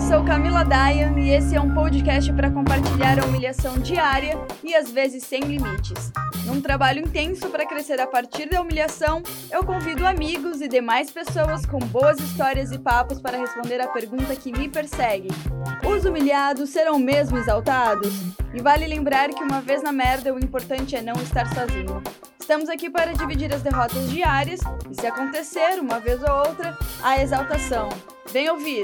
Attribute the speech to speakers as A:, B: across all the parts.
A: sou Camila Dayan e esse é um podcast para compartilhar a humilhação diária e às vezes sem limites. Num trabalho intenso para crescer a partir da humilhação, eu convido amigos e demais pessoas com boas histórias e papos para responder a pergunta que me persegue: Os humilhados serão mesmo exaltados? E vale lembrar que uma vez na merda, o importante é não estar sozinho. Estamos aqui para dividir as derrotas diárias e, se acontecer, uma vez ou outra, a exaltação. Vem ouvir!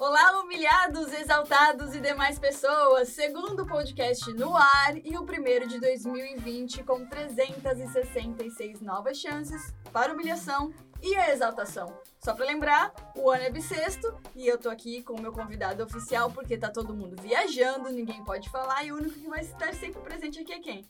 A: Olá, humilhados, exaltados e demais pessoas! Segundo podcast no ar e o primeiro de 2020 com 366 novas chances para humilhação e a exaltação. Só para lembrar, o ano é bissexto e eu tô aqui com o meu convidado oficial porque tá todo mundo viajando, ninguém pode falar e o único que vai estar sempre presente aqui é quem?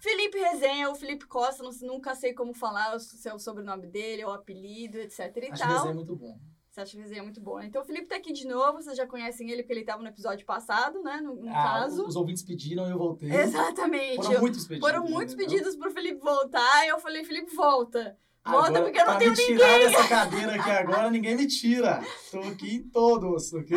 A: Felipe Resenha, o Felipe Costa, não- nunca sei como falar o seu sobrenome dele, o apelido, etc e
B: Acho que
A: tal.
B: desenho é muito bom.
A: Você acha que resenha é muito boa, né? Então o Felipe tá aqui de novo, vocês já conhecem ele porque ele tava no episódio passado, né? No, no
B: Ah,
A: caso.
B: Os ouvintes pediram e eu voltei.
A: Exatamente.
B: Foram muitos pedidos.
A: Foram muitos
B: né?
A: pedidos pro Felipe voltar, e eu falei, Felipe, volta.
B: Então,
A: Volta,
B: agora,
A: porque eu não
B: pra
A: tenho
B: me tirar dessa cadeira aqui agora, ninguém me tira. Tô aqui em todos, ok?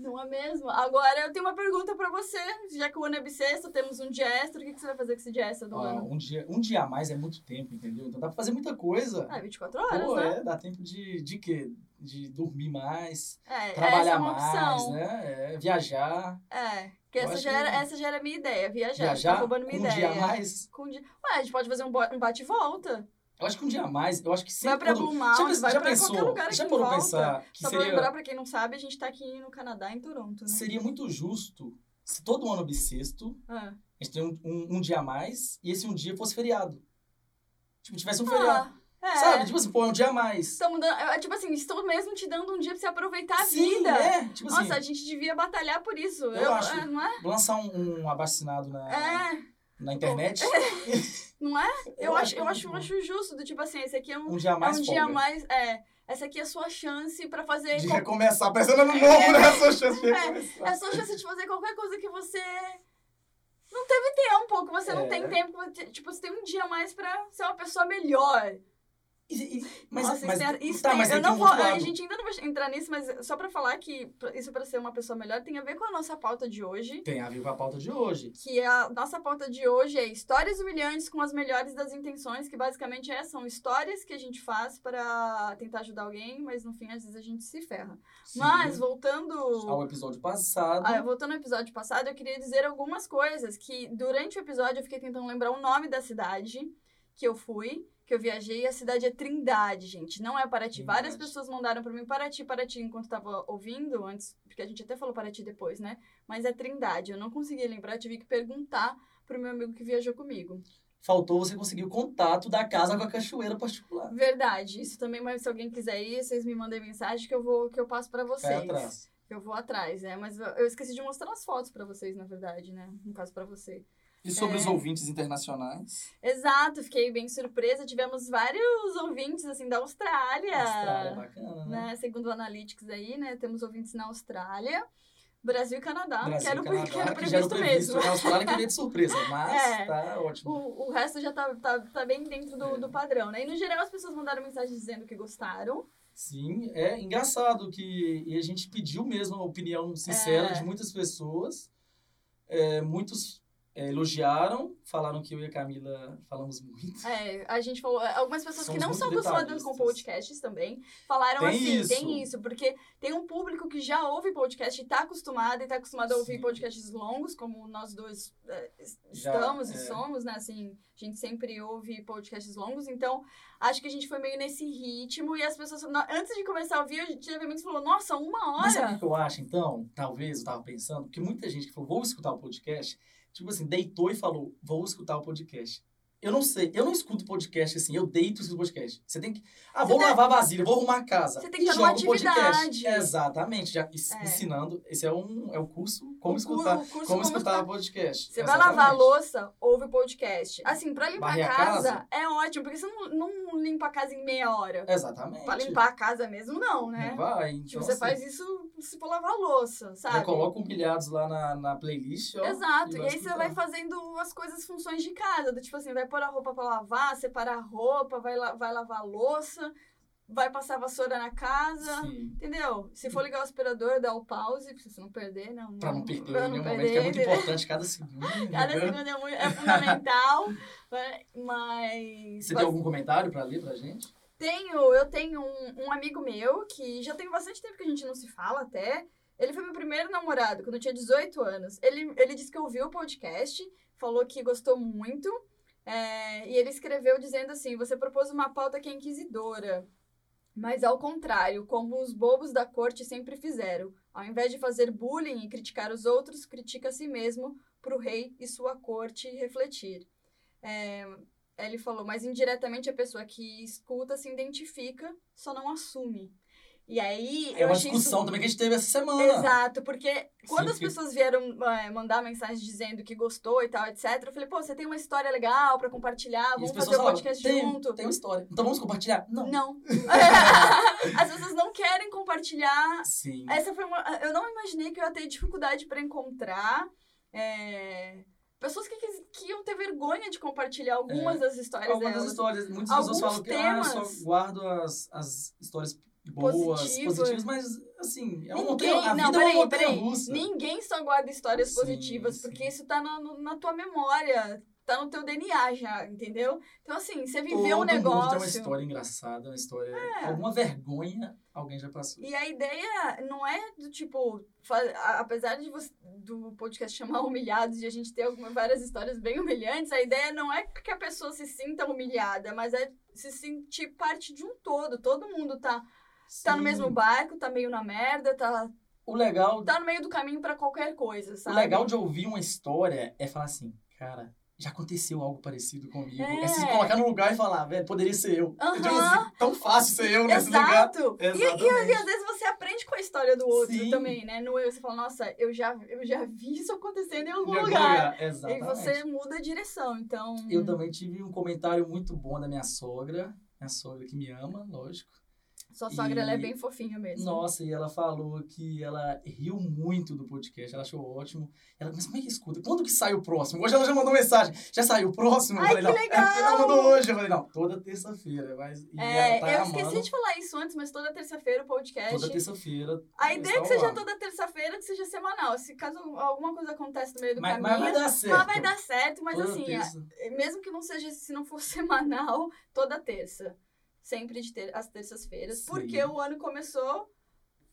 A: Não é mesmo? Agora eu tenho uma pergunta pra você. Já que o ano é bissexto, temos um dia extra, o que, que você vai fazer com esse dia extra do
B: Ó,
A: ano?
B: um, dia, um dia a mais é muito tempo, entendeu? Então dá pra fazer muita coisa.
A: Ah, 24 horas,
B: Pô,
A: né?
B: é, dá tempo de, de quê? De dormir mais,
A: É, essa é
B: trabalhar
A: uma
B: mais,
A: opção.
B: né? É, viajar.
A: É, que
B: Eu
A: essa
B: acho
A: já,
B: que-
A: era, essa já era a minha ideia, viajar.
B: viajar
A: Tá roubando
B: com
A: minha
B: um dia
A: ideia.
B: a mais.
A: Com um dia... Ué, a gente pode fazer um bo- um bate e volta.
B: Eu acho que um dia a mais, eu acho que
A: Vai
B: sempre.
A: pra
B: quando-
A: Blue Mountain,
B: já, pens-
A: vai
B: já
A: pra qualquer
B: pensou?
A: lugar aqui
B: Já
A: em
B: parou
A: volta. Tá
B: pensar que
A: Só pra
B: seria.
A: lembrar, pra quem não sabe, a gente tá aqui no Canadá, em Toronto, né?
B: Seria muito justo se todo ano bissexto
A: Ah.
B: a gente tem um, um, um dia a mais e esse um dia fosse feriado. Tipo, tivesse um feriado.
A: Ah, é.
B: Sabe? Tipo assim, pô, é um dia a mais.
A: Estamos dando, é, tipo assim, estou mesmo te dando um dia pra você aproveitar a
B: Sim,
A: vida.
B: é. Tipo assim,
A: Nossa, a gente devia batalhar por isso.
B: Eu acho.
A: é, não é?
B: lançar um, um abacinado na,
A: É,
B: na internet.
A: não é? Eu, acho, eu
B: muito
A: acho,
B: bom.
A: acho justo, do tipo assim, esse aqui é um,
B: um dia a
A: é
B: mais.
A: um dia a
B: folga.
A: mais. É, essa aqui é a sua chance pra fazer.
B: De
A: qual-
B: recomeçar. Parecendo ano novo, né? Essa chance de
A: É,
B: recomeçar.
A: É a sua chance de fazer qualquer coisa que você não teve tempo, que você não
B: É.
A: tem tempo. que você- Tipo, você tem um dia a mais pra ser uma pessoa melhor.
B: E- e- Mas,
A: Nossa,
B: mas,
A: isso tem, isso
B: tá,
A: tem-
B: mas
A: eu
B: tem
A: não
B: um
A: vou,
B: outro
A: a
B: lado.
A: gente ainda não vai entrar nisso, mas só pra falar que pra- isso pra ser uma pessoa melhor tem a ver com a nossa pauta de hoje,
B: Tem a ver com a pauta de hoje.
A: que a nossa pauta de hoje é histórias humilhantes com as melhores das intenções, que basicamente é, são histórias que a gente faz pra tentar ajudar alguém, mas no fim às vezes a gente se ferra. Mas
B: Sim.
A: voltando
B: Ao episódio passado.
A: ah, voltando ao episódio passado, eu queria dizer algumas coisas que durante o episódio eu fiquei tentando lembrar o nome da cidade que eu fui, que eu viajei, e a cidade é Trindade, gente, não é Paraty.
B: Trindade.
A: Várias pessoas mandaram pra mim Paraty, Paraty enquanto tava ouvindo antes, porque a gente até falou Paraty depois, né? Mas é Trindade, eu não consegui lembrar, tive que perguntar pro meu amigo que viajou comigo.
B: Faltou você conseguir o contato da casa com a cachoeira particular.
A: Verdade, isso também, mas se alguém quiser ir, vocês me mandem mensagem que eu vou que eu passo pra vocês.
B: Pé atrás.
A: Eu vou atrás, né? Mas eu- eu esqueci de mostrar as fotos pra vocês, na verdade, né? No caso pra você.
B: E sobre
A: É.
B: os ouvintes internacionais?
A: Exato, fiquei bem surpresa. Tivemos vários ouvintes assim da Austrália.
B: Austrália, bacana, né?
A: né? Segundo o Analytics aí, né? Temos ouvintes na Austrália, Brasil e Canadá,
B: Brasil,
A: que, era, o-
B: Canadá,
A: que era
B: que já era
A: previsto, mesmo.
B: previsto. A Austrália que veio de surpresa, mas
A: É.
B: tá ótimo.
A: O, o resto já tá, tá, tá bem dentro do,
B: É.
A: do padrão, né? E no geral as pessoas mandaram mensagem dizendo que gostaram.
B: Sim, é engraçado que e a gente pediu mesmo a opinião sincera
A: É.
B: de muitas pessoas. É, muitos é, elogiaram, falaram que eu e a Camila falamos muito.
A: É, a gente falou. Algumas pessoas que
B: Somos
A: não
B: muito
A: são acostumadas com
B: detalhistas.
A: podcasts também falaram
B: Tem
A: assim:
B: isso.
A: tem isso, porque tem um público que já ouve podcast e tá acostumado, e tá acostumado a ouvir
B: Sim.
A: podcasts longos, como nós dois é, es-
B: Já,
A: estamos e
B: é.
A: somos, né? Assim, a gente sempre ouve podcasts longos, então acho que a gente foi meio nesse ritmo e as pessoas, na- antes de começar a ouvir, a gente obviamente falou: nossa, uma
B: Mas sabe o
A: hora!
B: que eu acho, então? Talvez eu tava pensando, que muita gente que falou, vou escutar o podcast, tipo assim, deitou e falou, vou escutar o podcast. Eu não sei, eu não escuto podcast assim, eu deito e escuto podcast. Você tem que. Ah, vou
A: Você tem-
B: lavar vasilha, vou arrumar a casa.
A: Você tem que
B: e
A: estar numa
B: joga o podcast.
A: atividade.
B: Exatamente, já ens-
A: É.
B: ensinando. Esse é um é o curso como
A: O cu-
B: escutar,
A: o curso
B: como escutar podcast.
A: Você vai lavar a
B: Exatamente.
A: louça, ouve o podcast. Assim, pra limpar
B: Varrer
A: a
B: a
A: casa,
B: casa?
A: é ótimo, porque você não, não limpa a casa em meia hora.
B: Exatamente.
A: Pra limpar a casa mesmo, não, né?
B: Não vai, então
A: Tipo, você
B: assim,
A: faz isso se for lavar a louça, sabe?
B: Já coloca um pilhados lá na, na playlist, ó.
A: Exato, e,
B: vai
A: aí você
B: escutar.
A: vai fazendo as coisas, funções de casa. Do, tipo assim, vai pôr a roupa pra lavar, separar a roupa, vai, la- vai lavar a louça, vai passar vassoura na casa.
B: Sim.
A: Entendeu? Se for ligar o aspirador, dá o pause, pra você não perder, não.
B: Hum. Pra não perder
A: pra
B: em nenhum
A: não
B: momento, que é muito
A: entendeu?
B: importante cada segundo.
A: Cada
B: né?
A: segundo é, muito, é fundamental, né? mas...
B: Você tem algum comentário pra ler pra gente?
A: Tenho, eu tenho um, um amigo meu que já tem bastante tempo que a gente não se fala até. Ele foi meu primeiro namorado, quando eu tinha 18 anos. Ele, ele disse que ouviu o podcast, falou que gostou muito. é, e ele escreveu dizendo assim: você propôs uma pauta que é inquisidora. Mas ao contrário, como os bobos da corte sempre fizeram. Ao invés de fazer bullying e criticar os outros, critica a si mesmo para o rei e sua corte refletir. É, Aí ele falou, mas indiretamente a pessoa que escuta se identifica, só não assume. E aí
B: É
A: eu
B: uma
A: achei isso-
B: discussão também que a gente teve essa semana.
A: Exato, porque quando
B: Sim,
A: as
B: sim.
A: pessoas vieram é, mandar mensagem dizendo que gostou e tal, etc, eu falei, pô, você tem uma história legal pra compartilhar,
B: E as
A: vamos fazer
B: pessoas
A: o
B: falavam,
A: podcast
B: tem,
A: junto.
B: Tem uma história. Então vamos compartilhar? Não.
A: Não. as pessoas não querem compartilhar
B: Sim.
A: essa foi uma. Eu não imaginei que eu ia ter dificuldade pra encontrar. é, Pessoas que, quis- que iam ter vergonha de compartilhar algumas
B: É.
A: das histórias
B: Algumas
A: delas.
B: das histórias. Muitas
A: Alguns
B: pessoas falam que ah, eu
A: temas-
B: só guardo as, as histórias boas,
A: Positivas.
B: positivas, mas assim, é uma
A: Ninguém,
B: montanha, a vida
A: não,
B: é
A: peraí,
B: uma montanha
A: peraí.
B: russa.
A: Ninguém só guarda histórias
B: Sim,
A: positivas,
B: sim.
A: porque isso tá na, no- na tua memória, tá no teu DNA já, entendeu? Então, assim, você viveu um
B: Todo mundo tem uma
A: negócio. É.
B: história engraçada, uma história. Alguma vergonha alguém já passou.
A: E a ideia não é do tipo, fa- a- apesar de você, do podcast chamar humilhados e a gente ter alguma, várias histórias bem humilhantes, a ideia não é que a pessoa se sinta humilhada, mas é se sentir parte de um todo. Todo mundo tá, tá no
B: Sim.
A: mesmo barco, tá meio na merda, tá,
B: O legal,
A: tá no meio do caminho pra qualquer coisa,
B: o
A: sabe?
B: legal de ouvir uma história é falar assim, cara, já aconteceu algo parecido comigo. É,
A: É.
B: se colocar no lugar e falar, velho, poderia ser eu.
A: Aham.
B: Tipo assim, tão fácil ser eu nesse lugar.
A: Exato! E, e, e às
B: Exatamente.
A: vezes você aprende com a história do outro
B: Sim.
A: também, né? No eu, você fala, nossa, eu já, eu já vi isso acontecendo em algum
B: Em algum
A: lugar. E
B: Exatamente.
A: você muda a direção, então.
B: Eu também tive um comentário muito bom da minha sogra. Minha sogra que me ama, lógico.
A: Sua sogra, ela é
B: E-
A: bem fofinha mesmo.
B: Nossa, e ela falou que ela riu muito do podcast, ela achou ótimo. Ela, mas como é que escuta? Quando que sai o próximo? Hoje ela já mandou mensagem. Já saiu o próximo? Eu
A: Ai,
B: falei,
A: que
B: não. é
A: legal!
B: Ela mandou hoje. Eu falei, não, toda terça-feira. Mas, e
A: É,
B: ela tá
A: eu
B: amando.
A: esqueci de falar isso antes, mas toda terça-feira o podcast.
B: Toda terça-feira.
A: A ideia é que
B: está
A: seja
B: lá.
A: toda terça-feira, que seja semanal. Se caso alguma coisa acontece no meio do
B: Mas, mas
A: caminho,
B: vai dar certo.
A: mas vai dar certo, mas
B: Toda
A: assim,
B: terça.
A: é- mesmo que não seja, se não for semanal, toda terça. Sempre de ter, às terças-feiras.
B: Sim.
A: Porque o ano começou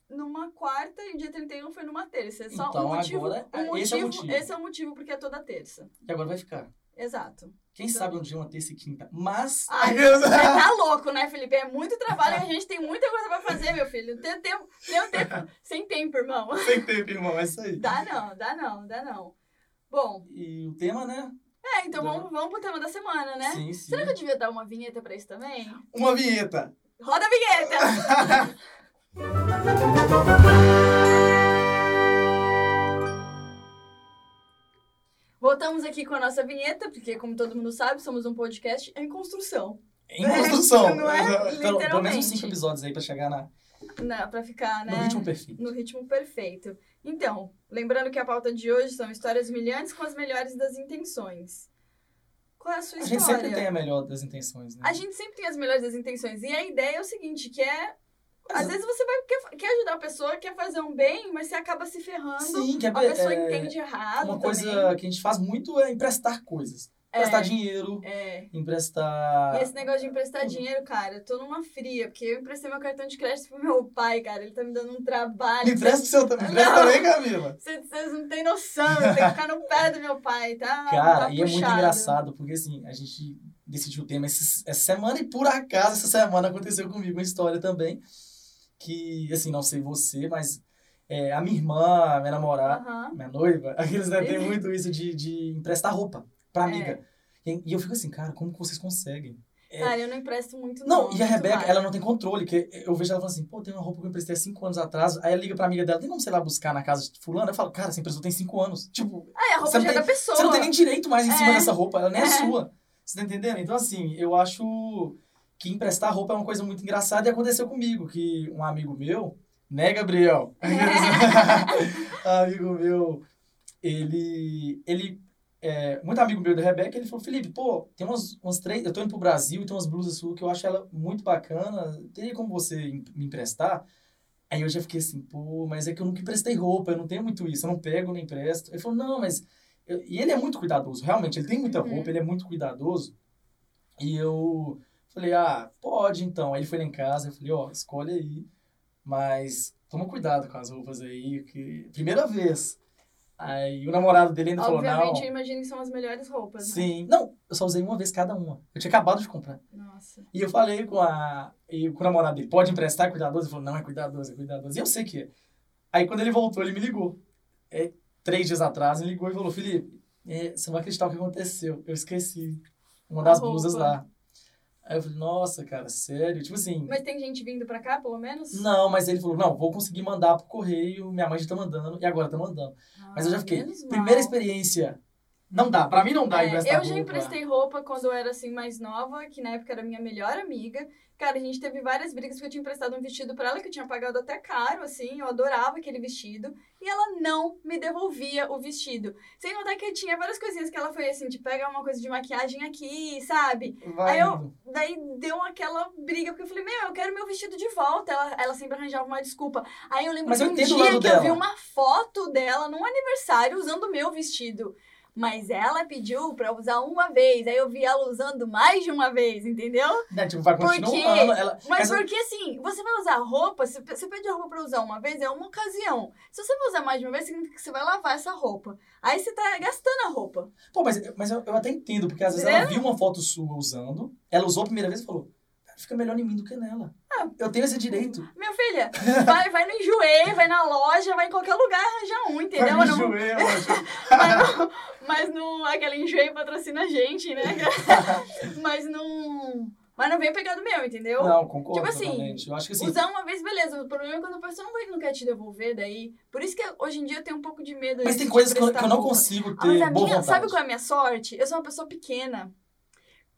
A: numa quarta e o dia 31 foi numa terça. É só
B: Então,
A: um motivo.
B: agora,
A: um
B: esse é o motivo.
A: Esse é o motivo, porque é toda terça.
B: E agora vai ficar.
A: Exato.
B: Quem sabe um dia uma terça e quinta. Mas.
A: Ai, Você tá louco, né, Felipe? É muito trabalho e a gente tem muita coisa pra fazer, meu filho. Tem tempo, tem um tempo, sem tempo, irmão.
B: Sem tempo, irmão, é isso aí.
A: Dá não, dá não, dá não. Bom,
B: E o tema, né?
A: é, então
B: Dá.
A: vamos, vamos pro tema da semana, né?
B: Sim, sim.
A: Será que eu devia dar uma vinheta pra isso também?
B: Uma vinheta.
A: Roda a vinheta! Voltamos aqui com a nossa vinheta, porque, como todo mundo sabe, somos um podcast em construção.
B: Em construção.
A: Não é?
B: Pelo, pelo menos
A: Literalmente.
B: uns cinco episódios aí pra chegar na,
A: Né, pra ficar, né?
B: no ritmo perfeito.
A: no ritmo perfeito. Então, lembrando que a pauta de hoje são histórias humilhantes com as melhores das intenções. Qual é a sua
B: A gente
A: história?
B: sempre tem a melhor das intenções, né?
A: A gente sempre tem as melhores das intenções. E a ideia é o seguinte, que é...
B: Mas-
A: Às vezes você vai, quer, quer ajudar a pessoa, quer fazer um bem, mas você acaba se ferrando.
B: Sim, que é,
A: A pessoa
B: é,
A: entende errado também.
B: Uma coisa que a gente faz muito é emprestar coisas. Emprestar dinheiro,
A: É, E
B: emprestar.
A: esse negócio de emprestar dinheiro, cara, eu tô numa fria, porque eu emprestei meu cartão de crédito pro meu pai, cara. Ele tá me dando um trabalho.
B: Me empresta o seu também. me Empresta
A: Não.
B: também, Camila.
A: Vocês vocês não têm noção, tem que ficar no pé do meu pai, tá?
B: Cara,
A: Tá
B: e é muito
A: puxado.
B: engraçado, porque assim, a gente decidiu o tema esses- essa semana e por acaso essa semana aconteceu comigo uma história também. Que, assim, não sei você, mas é, a minha irmã, a minha namorada,
A: Aham.
B: minha noiva, eles né, têm muito isso de, de emprestar roupa
A: É.
B: pra amiga. E, e eu fico assim, cara, como que vocês conseguem? É.
A: Cara, eu não empresto muito
B: Não, e a
A: muito
B: Rebeca,
A: mais.
B: ela não tem controle, porque eu vejo ela falando assim, pô, tem uma roupa que eu emprestei há cinco anos atrás, aí ela liga pra amiga dela, tem como você ir lá buscar na casa de fulano? Eu falo, cara, essa empresa tem cinco anos. Tipo,
A: Ah, é a roupa
B: Você
A: já
B: não
A: é da pessoa.
B: você não tem nem direito mais em cima
A: É.
B: dessa roupa, ela nem é,
A: É.
B: sua. Você tá entendendo? Então, assim, eu acho que emprestar roupa é uma coisa muito engraçada e aconteceu comigo, que um amigo meu, né,
A: É.
B: Gabriel? amigo meu, ele, ele é, muito amigo meu da Rebeca, ele falou, Felipe, pô, tem umas, umas três, eu tô indo pro Brasil e tem umas blusas suas que eu acho ela muito bacana, teria como você em- me emprestar? Aí eu já fiquei assim, pô, mas é que eu nunca emprestei roupa, eu não tenho muito isso, eu não pego nem empresto. Ele falou, não, mas... eu- E ele é muito cuidadoso, realmente, ele tem muita
C: Uhum.
B: roupa, ele é muito cuidadoso. E eu falei, ah, pode então. Aí ele foi lá em casa, eu falei, ó, escolhe aí, mas toma cuidado com as roupas aí, que... Primeira vez. Aí o namorado dele ainda falou, não...
A: Obviamente, né? eu imagino que são as melhores roupas, né?
B: Sim. Não, eu só usei uma vez cada uma. Eu tinha acabado de comprar.
A: Nossa.
B: E eu falei com a e com o namorado dele, pode emprestar, é cuidadoso? Ele falou, não, é cuidadoso, é cuidadoso. E eu sei que é. Aí quando ele voltou, ele me ligou. É, três dias atrás, ele ligou e falou, Felipe, é, você não vai acreditar o que aconteceu. Eu esqueci uma
A: A
B: das
A: roupa.
B: blusas lá. Aí eu falei, nossa, cara, sério? Tipo assim...
A: Mas tem gente vindo pra cá, pelo menos?
B: Não, mas ele falou, não, vou conseguir mandar pro correio, minha mãe já tá mandando, e agora tá mandando. Mas eu já
A: Ah,
B: fiquei,
A: menos mal.
B: Primeira experiência, não dá, pra mim não dá
A: É,
B: emprestar
A: eu já
B: roupa.
A: emprestei roupa quando eu era assim mais nova, que na época era minha melhor amiga. Cara, a gente teve várias brigas porque eu tinha emprestado um vestido pra ela que eu tinha pagado até caro, assim, eu adorava aquele vestido, e ela não me devolvia o vestido. Sem contar que tinha várias coisinhas que ela foi assim, de pegar uma coisa de maquiagem aqui, sabe? Aí
B: Vai
A: eu-
B: indo.
A: Daí deu aquela briga, porque eu falei, meu, eu quero meu vestido de volta. Ela, ela sempre arranjava uma desculpa. Aí eu lembro
B: Mas
A: de
B: eu
A: um
B: entendo o
A: dia
B: lado
A: que eu vi
B: dela.
A: uma foto dela num aniversário usando o meu vestido. Mas ela pediu pra usar uma vez. Aí eu vi ela usando mais de uma vez, entendeu?
B: Né, tipo, vai
A: Porque-
B: continuando. Ela,
A: Mas
B: essa-
A: porque assim, você vai usar roupa, se você pede a roupa pra usar uma vez, é uma ocasião. Se você vai usar mais de uma vez, significa que você vai lavar essa roupa. Aí você tá gastando a roupa.
B: Pô, mas, mas eu, eu até entendo, porque às vezes
A: É?
B: ela viu uma foto sua usando, ela usou a primeira vez e falou, "Cara, fica melhor em mim do que nela.
A: Ah.
B: Eu tenho esse direito.
A: Minha filha, vai, vai no enjoei, vai na loja, vai em qualquer lugar arranjar um, entendeu?
B: Vai me
A: Não-
B: enjoei, eu acho.
A: Mas não, mas não aquela enjoei patrocina a gente, né? Mas não. Mas não vem pegar do meu, entendeu?
B: Não, concordo
A: Tipo assim,
B: totalmente. Eu acho que assim,
A: Usar uma vez, beleza. O problema é quando a pessoa não, não quer te devolver daí. Por isso que hoje em dia eu tenho um pouco de medo
B: mas
A: de
B: tem
A: te
B: coisas que eu,
A: emprestar
B: que eu não
A: roupa.
B: consigo
A: Ah, mas
B: ter
A: a
B: boa
A: minha,
B: vontade.
A: sabe qual é a minha sorte? Eu sou uma pessoa pequena.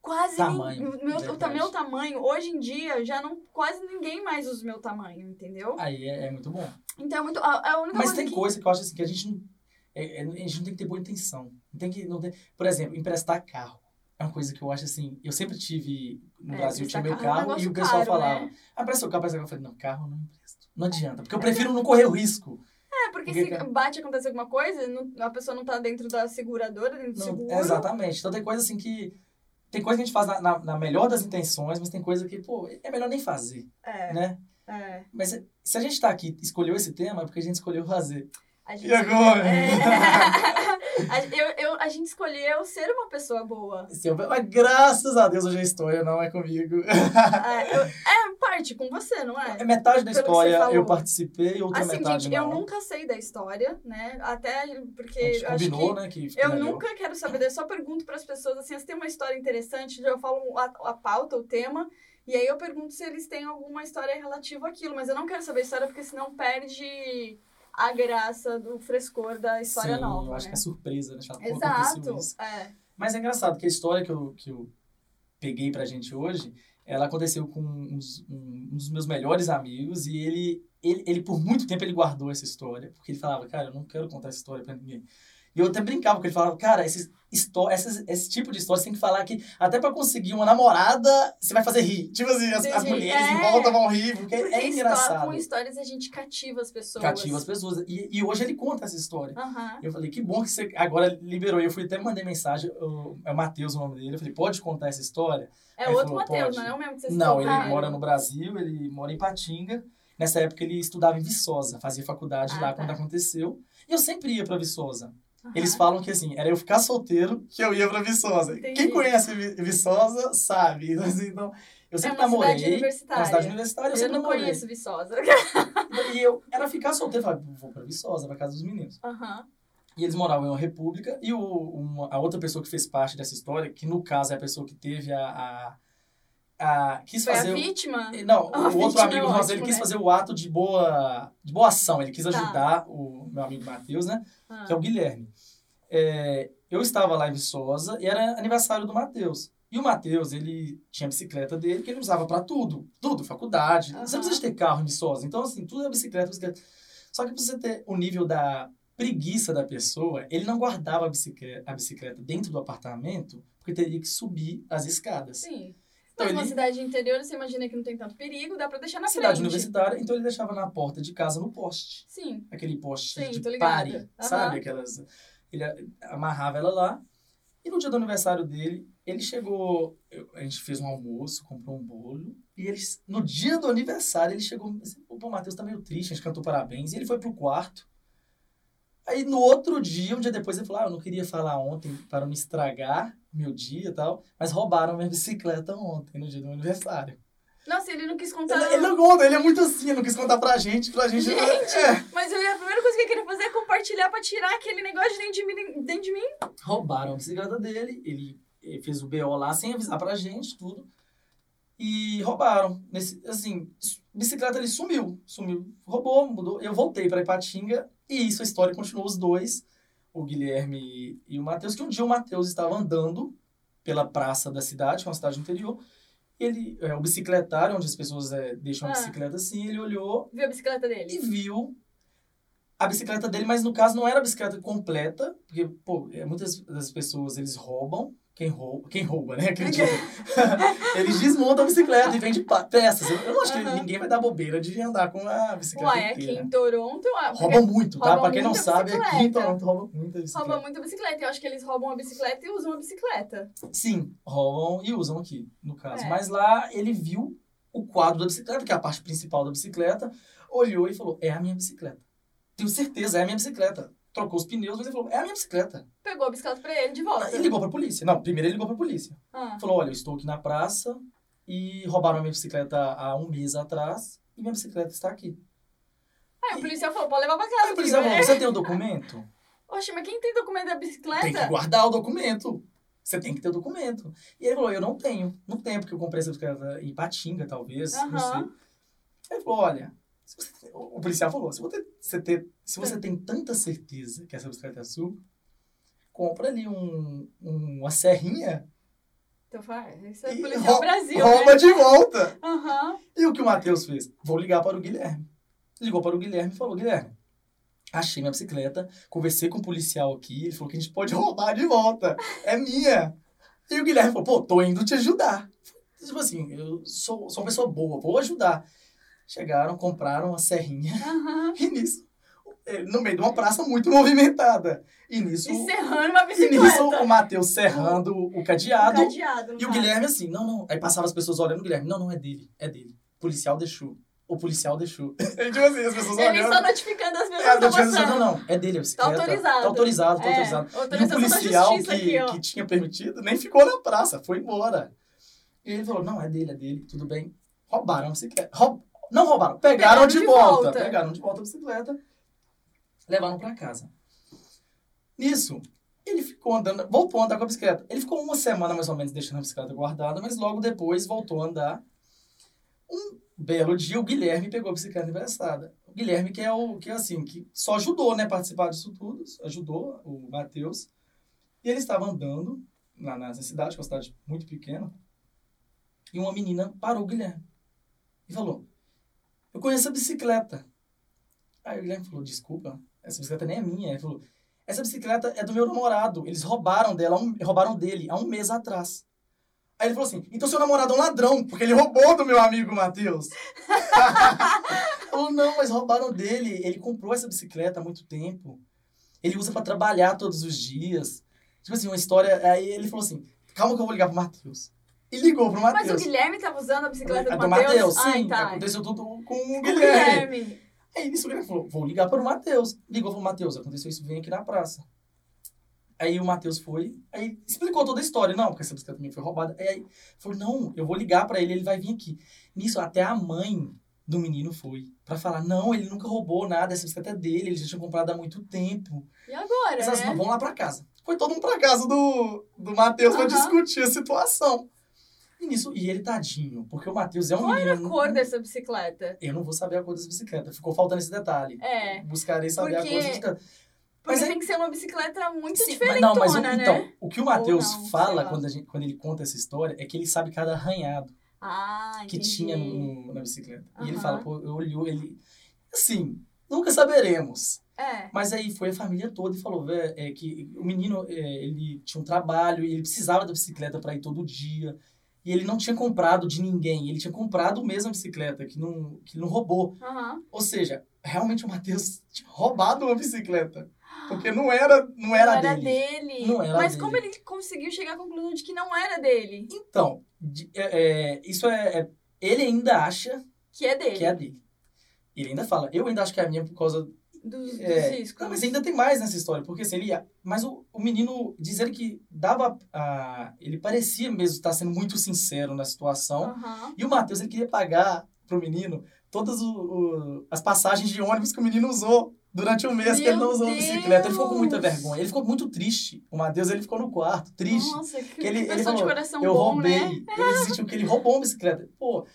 A: Quase
B: Tamanho,
A: nem, meu, o ta-
B: verdade.
A: meu tamanho, hoje em dia, já não quase ninguém mais usa o meu tamanho, entendeu?
B: Aí é, é muito bom.
A: Então é muito. A, a única
B: Mas
A: coisa
B: tem
A: que...
B: coisa que eu acho assim, que a gente não, é- é- a gente não tem que ter boa intenção. Não tem que, não tem, por exemplo, emprestar carro. É uma coisa que eu acho assim, eu sempre tive no
A: É,
B: Brasil, eu tinha
A: emprestar
B: meu
A: carro é um
B: carro e
A: negócio
B: o
A: caro,
B: pessoal
A: né?
B: falava, ah, empresta o carro, empresta o carro. Eu falei, não, carro eu não empresto. Não adianta, porque eu prefiro não correr o risco.
A: É, porque
B: Porque
A: se
B: que-
A: bate acontece alguma coisa, não- a pessoa não tá dentro da seguradora, dentro do
B: Não,
A: seguro.
B: exatamente. Então tem coisa assim que. Tem coisa que a gente faz na, na, na melhor das intenções, mas tem coisa que, pô, é melhor nem fazer,
A: É,
B: né?
A: é.
B: Mas se- se a gente tá aqui e escolheu esse tema, é porque a gente escolheu fazer.
A: A gente,
B: E agora?
A: É. a, eu- eu- a gente escolheu ser uma pessoa boa.
B: Esse é o- Mas graças a Deus hoje a história não é comigo.
A: É, eu- é parte com você, não é?
B: É metade da
A: Pelo que você
B: história
A: falou.
B: eu participei, outra
A: Assim,
B: metade
A: gente, eu
B: não.
A: nunca sei da história, né? Até porque
B: a gente
A: eu acho que.
B: combinou, né? Que fica
A: Eu
B: melhor.
A: nunca quero saber, eu só pergunto para as pessoas assim, se tem uma história interessante, eu falo um, a, a pauta, o tema, e aí eu pergunto se eles têm alguma história relativa àquilo, mas eu não quero saber a história porque senão perde a graça do frescor da história
B: Sim,
A: nova,
B: Eu acho
A: né?
B: que é surpresa, né? Fala, pô, aconteceu
A: Exato.
B: isso.
A: É.
B: Mas é engraçado que a história que eu, que eu peguei pra gente hoje, ela aconteceu com uns, um, um dos meus melhores amigos e ele, ele, ele, por muito tempo, ele guardou essa história, porque ele falava, cara, eu não quero contar essa história pra ninguém. E eu até brincava, porque ele falava, cara, esses, histó essas, esse tipo de história você tem que falar que até pra conseguir uma namorada, você vai fazer rir. Tipo assim, as,
A: Sim,
B: as mulheres em
A: é.
B: volta vão rir, porque,
A: Porque
B: é
A: histó-
B: engraçado.
A: com histórias a gente cativa as pessoas.
B: Cativa as pessoas. E, e hoje ele conta essa história.
A: Aham.
B: Eu falei, que bom que você agora liberou. Eu fui até mandei mensagem, eu- é o Matheus o nome dele. Eu falei, pode contar essa história?
A: É
B: Aí
A: outro
B: falou,
A: Matheus,
B: pode.
A: não é o mesmo que vocês
B: Não, ele
A: contaram?
B: mora no Brasil, ele mora em Patinga. Nessa época ele estudava em Viçosa, fazia faculdade
A: Ah,
B: lá
A: tá.
B: quando aconteceu. E eu sempre ia pra Viçosa.
A: Aham. É
B: Eles falam que assim, era eu ficar solteiro que eu ia pra Viçosa.
A: Entendi.
B: Quem conhece Vi- Viçosa sabe. Então, assim, então, eu
A: É
B: sempre
A: uma
B: namorei.
A: cidade universitária.
B: É uma cidade universitária, eu,
A: eu
B: sempre
A: não
B: namorei.
A: conheço Viçosa.
B: E eu era ficar solteiro, eu falava, vou pra Viçosa, pra casa dos meninos.
A: Aham.
B: E eles moravam em uma república, e o, uma- a outra pessoa que fez parte dessa história, que no caso é a pessoa que teve a. a, a- quis
A: Foi
B: fazer.
A: a
B: o-
A: vítima?
B: Não,
A: A
B: o outro
A: vítima é
B: amigo nosso,
A: ótimo,
B: ele quis
A: né?
B: fazer o ato de boa, de boa ação, ele quis
A: Tá.
B: ajudar o meu amigo Matheus, né?
A: Ah.
B: Que é o Guilherme. É, eu estava lá em Viçosa e era aniversário do Matheus. E o Matheus, ele tinha a bicicleta dele que ele usava pra tudo. Tudo, faculdade. Você
A: Aham.
B: não precisa ter carro em Viçosa. Então, assim, tudo é bicicleta, bicicleta. Só que pra você ter o nível da preguiça da pessoa, ele não guardava a bicicleta, a bicicleta dentro do apartamento, porque teria que subir as escadas.
A: Sim.
B: Então,
A: Mas numa
B: ele-
A: cidade interior, você imagina que não tem tanto perigo, dá pra deixar na
B: Cidade
A: frente.
B: universitária, então ele deixava na porta de casa no poste.
A: Sim.
B: Aquele poste
A: Sim, tô
B: de
A: ligada.
B: pare,
A: Aham.
B: sabe? Aquelas. Ele a- amarrava ela lá. E no dia do aniversário dele, ele chegou. eu- A gente fez um almoço, comprou um bolo. E ele, no dia do aniversário, ele chegou. assim, Pô, o Matheus tá meio triste, a gente cantou parabéns. E ele foi pro quarto. Aí no outro dia, um dia depois, ele falou: Ah, eu não queria falar ontem para não estragar meu dia e tal, mas roubaram minha bicicleta ontem, no dia do meu aniversário.
A: Nossa, ele não quis contar.
B: Ele, ele não conta, ele é muito assim, não quis contar pra gente, pra gente. É,
A: Mas eu- a primeira coisa que eu queria fazer é compartilhar pra tirar aquele negócio de dentro de mim. Dentro de mim.
B: roubaram a bicicleta dele, ele eh, fez o BO lá sem avisar pra gente, tudo. E roubaram. Nesse, assim, s- bicicleta ele sumiu, sumiu, roubou, mudou. Eu voltei pra Ipatinga e isso, a história continuou os dois, o Guilherme e o Matheus, que um dia o Matheus estava andando pela praça da cidade, que é uma cidade interior. e Ele, é, o bicicletário, onde as pessoas eh, deixam a
A: Ah.
B: bicicleta assim, ele olhou
A: Viu a bicicleta dele?
B: e viu a bicicleta dele, mas no caso não era a bicicleta completa, porque, pô, é, muitas das pessoas eles roubam, quem rouba, quem rouba, né? Acredita. eles desmontam a bicicleta e vendem pa- peças. Eu, eu não acho que
A: Aham.
B: ninguém vai dar bobeira de andar com a bicicleta
A: Uai, aqui
B: inteira.
A: em Toronto. a-
B: Roubam muito, tá?
A: roubam
B: pra quem não
A: muita
B: sabe, aqui em
A: bicicleta.
B: Toronto roubam muita bicicleta.
A: Rouba muito a bicicleta. Eu acho que eles roubam a bicicleta e usam a bicicleta.
B: Sim, roubam e usam aqui, no caso.
A: É.
B: Mas lá ele viu o quadro da bicicleta, que é a parte principal da bicicleta, olhou e falou: É a minha bicicleta. Tenho certeza, é a minha bicicleta. Trocou os pneus, mas ele falou: É a minha bicicleta.
A: Pegou a bicicleta pra ele de volta.
B: Ah, Ele ligou pra polícia. Não, primeiro ele ligou pra polícia.
A: Ah.
B: Falou: Olha, eu estou aqui na praça e roubaram a minha bicicleta há um mês atrás e minha bicicleta está aqui.
A: Aí o policial falou, pode levar pra
B: Aí
A: casa.
B: o policial
A: filho.
B: falou: Você tem o documento?
A: Oxe, mas quem tem documento da
B: Tem que
A: bicicleta?
B: guardar o documento. Você tem que ter o documento. E ele falou, eu não tenho. Não tenho, porque eu comprei essa bicicleta em Patinga, talvez. Não sei.
A: Aham.
B: Ele falou, olha... se você- O policial falou, se você, você ter- se você tem tanta certeza que essa bicicleta é sua, compra ali um, um- uma serrinha
A: Então faz. Isso é
B: E
A: policial
B: rou-
A: Brasil,
B: rouba
A: né?
B: de volta.
A: Aham.
B: E o que o Matheus fez? Vou ligar para o Guilherme. Ligou para o Guilherme e falou, Guilherme, achei minha bicicleta, conversei com o policial aqui, ele falou que a gente pode roubar de volta. É minha. E o Guilherme falou, pô, tô indo te ajudar. Tipo assim, eu sou, sou uma pessoa boa, vou ajudar. Chegaram, compraram uma serrinha
A: Aham.
B: e nisso, eh, no meio de uma praça muito movimentada. E nisso,
A: Encerrando uma
B: e nisso o
A: bicicleta.
B: Matheus serrando o cadeado
A: Cadeado, no
B: e o
A: caso.
B: Guilherme assim, não, não. Aí passava as pessoas olhando o Guilherme, não, não, é dele, é dele. O policial deixou. O policial deixou. E, tipo assim, as pessoas
A: Ele
B: olhando.
A: só notificando as
B: É,
A: pessoas da
B: não, tinha
A: passando.
B: noção, não, não, é dele a bicicleta.
A: autorizado.
B: Tá autorizado, tá
A: É,
B: autorizado. E o
A: autorização da
B: policial
A: justiça
B: que,
A: aqui, ó.
B: que tinha permitido nem ficou na praça, foi embora. E ele falou, não, é dele, é dele, tudo bem. Roubaram a bicicleta. Roub- Não roubaram, pegaram,
A: Pegaram
B: de,
A: de
B: volta.
A: volta.
B: Pegaram de volta a bicicleta. Levaram pra casa. Nisso, ele ficou andando, voltou a andar com a bicicleta. Ele ficou uma semana mais ou menos deixando a bicicleta guardada, mas logo depois voltou a andar. Um belo dia, o Guilherme pegou a bicicleta emprestada. O Guilherme, que é o que é assim, que só ajudou, né, participar disso tudo, ajudou o Matheus. E ele estava andando lá nessa cidade, que é uma cidade muito pequena, e uma menina parou o Guilherme e falou: Eu conheço a bicicleta. Aí o Guilherme falou: Desculpa, essa bicicleta nem é minha. Ele falou: Essa bicicleta é do meu namorado. Eles roubaram dela, há um- roubaram dele há um mês atrás. Aí ele falou assim: Então seu namorado é um ladrão, porque ele roubou do meu amigo Matheus. Ele falou: Não, mas roubaram dele. Ele comprou essa bicicleta há muito tempo. Ele usa pra trabalhar todos os dias. Tipo assim, uma história. Aí ele falou assim: Calma que eu vou ligar pro Matheus. E ligou pro Matheus.
A: Mas o Guilherme tava usando a bicicleta
B: A
A: do Matheus?
B: É, sim.
A: Ai, tá.
B: Aconteceu tudo com o
A: O
B: Guilherme.
A: Guilherme.
B: Aí nisso o Guilherme falou, vou ligar para o Matheus. Ligou para o Matheus, aconteceu isso, vem aqui na praça. Aí o Matheus foi, aí explicou toda a história. Não, porque essa bicicleta minha foi roubada. Aí, aí falou, não, eu vou ligar para ele, ele vai vir aqui. Nisso, até a mãe do menino foi para falar, não, ele nunca roubou nada, essa bicicleta é dele, ele já tinha comprado há muito tempo.
A: E agora,
B: Eles falaram assim, não,
A: né?
B: vamos lá pra casa. Foi todo mundo pra casa do, do Matheus pra
A: Aham.
B: discutir a situação. E nisso, e ele tadinho, porque o Matheus é um
A: Qual era a
B: menino...
A: cor dessa bicicleta?
B: Eu não vou saber a cor dessa bicicleta, ficou faltando esse detalhe.
A: É.
B: Buscarei saber a
A: Porque-
B: cor dessa bicicleta. Mas
A: Porque
B: é-
A: tem que ser uma bicicleta muito
B: Sim, mas
A: diferentona,
B: não, mas o-
A: né?
B: então, o que o Matheus
A: não, sei
B: fala
A: lá.
B: quando, a gente- quando ele conta essa história é que ele sabe cada arranhado
A: ah,
B: que
A: entendi.
B: tinha no- na bicicleta. E ele
A: Aham.
B: fala, pô, eu olhou, ele. Assim, nunca saberemos.
A: É.
B: Mas aí foi a família toda e falou "Vé, é, que o menino é, ele tinha um trabalho e ele precisava da bicicleta para ir todo dia. E ele não tinha comprado de ninguém, ele tinha comprado mesmo a bicicleta, que não, que não roubou.
A: Aham.
B: Ou seja, realmente o Matheus tinha roubado uma bicicleta. Porque não era, não era,
A: não era
B: dele.
A: dele.
B: Não era
A: Mas
B: dele.
A: como ele conseguiu chegar à conclusão de que não era dele?
B: Então, de- é, é, isso é, é- Ele ainda acha
A: Que é dele.
B: que é a dele. Ele ainda fala, eu ainda acho que é a minha por causa
A: Dos, dos
B: É,
A: riscos.
B: Não, mas ainda tem mais nessa história, porque assim, ele. Mas o, o menino diz ele que dava. a- ele parecia mesmo estar sendo muito sincero na situação.
A: Aham.
B: E o Matheus, ele queria pagar pro menino todas o- o- as passagens de ônibus que o menino usou durante um mês que ele não
A: Meu
B: usou a bicicleta. Ele ficou com muita
A: Deus!
B: vergonha. Ele ficou muito triste. O Matheus, ele ficou no quarto, triste.
A: Nossa, que,
B: Que ele- ele
A: pessoa de
B: falou,
A: coração
B: Eu
A: bom,
B: roubei.
A: né?
B: Ele sentiu que ele roubou uma bicicleta. Pô.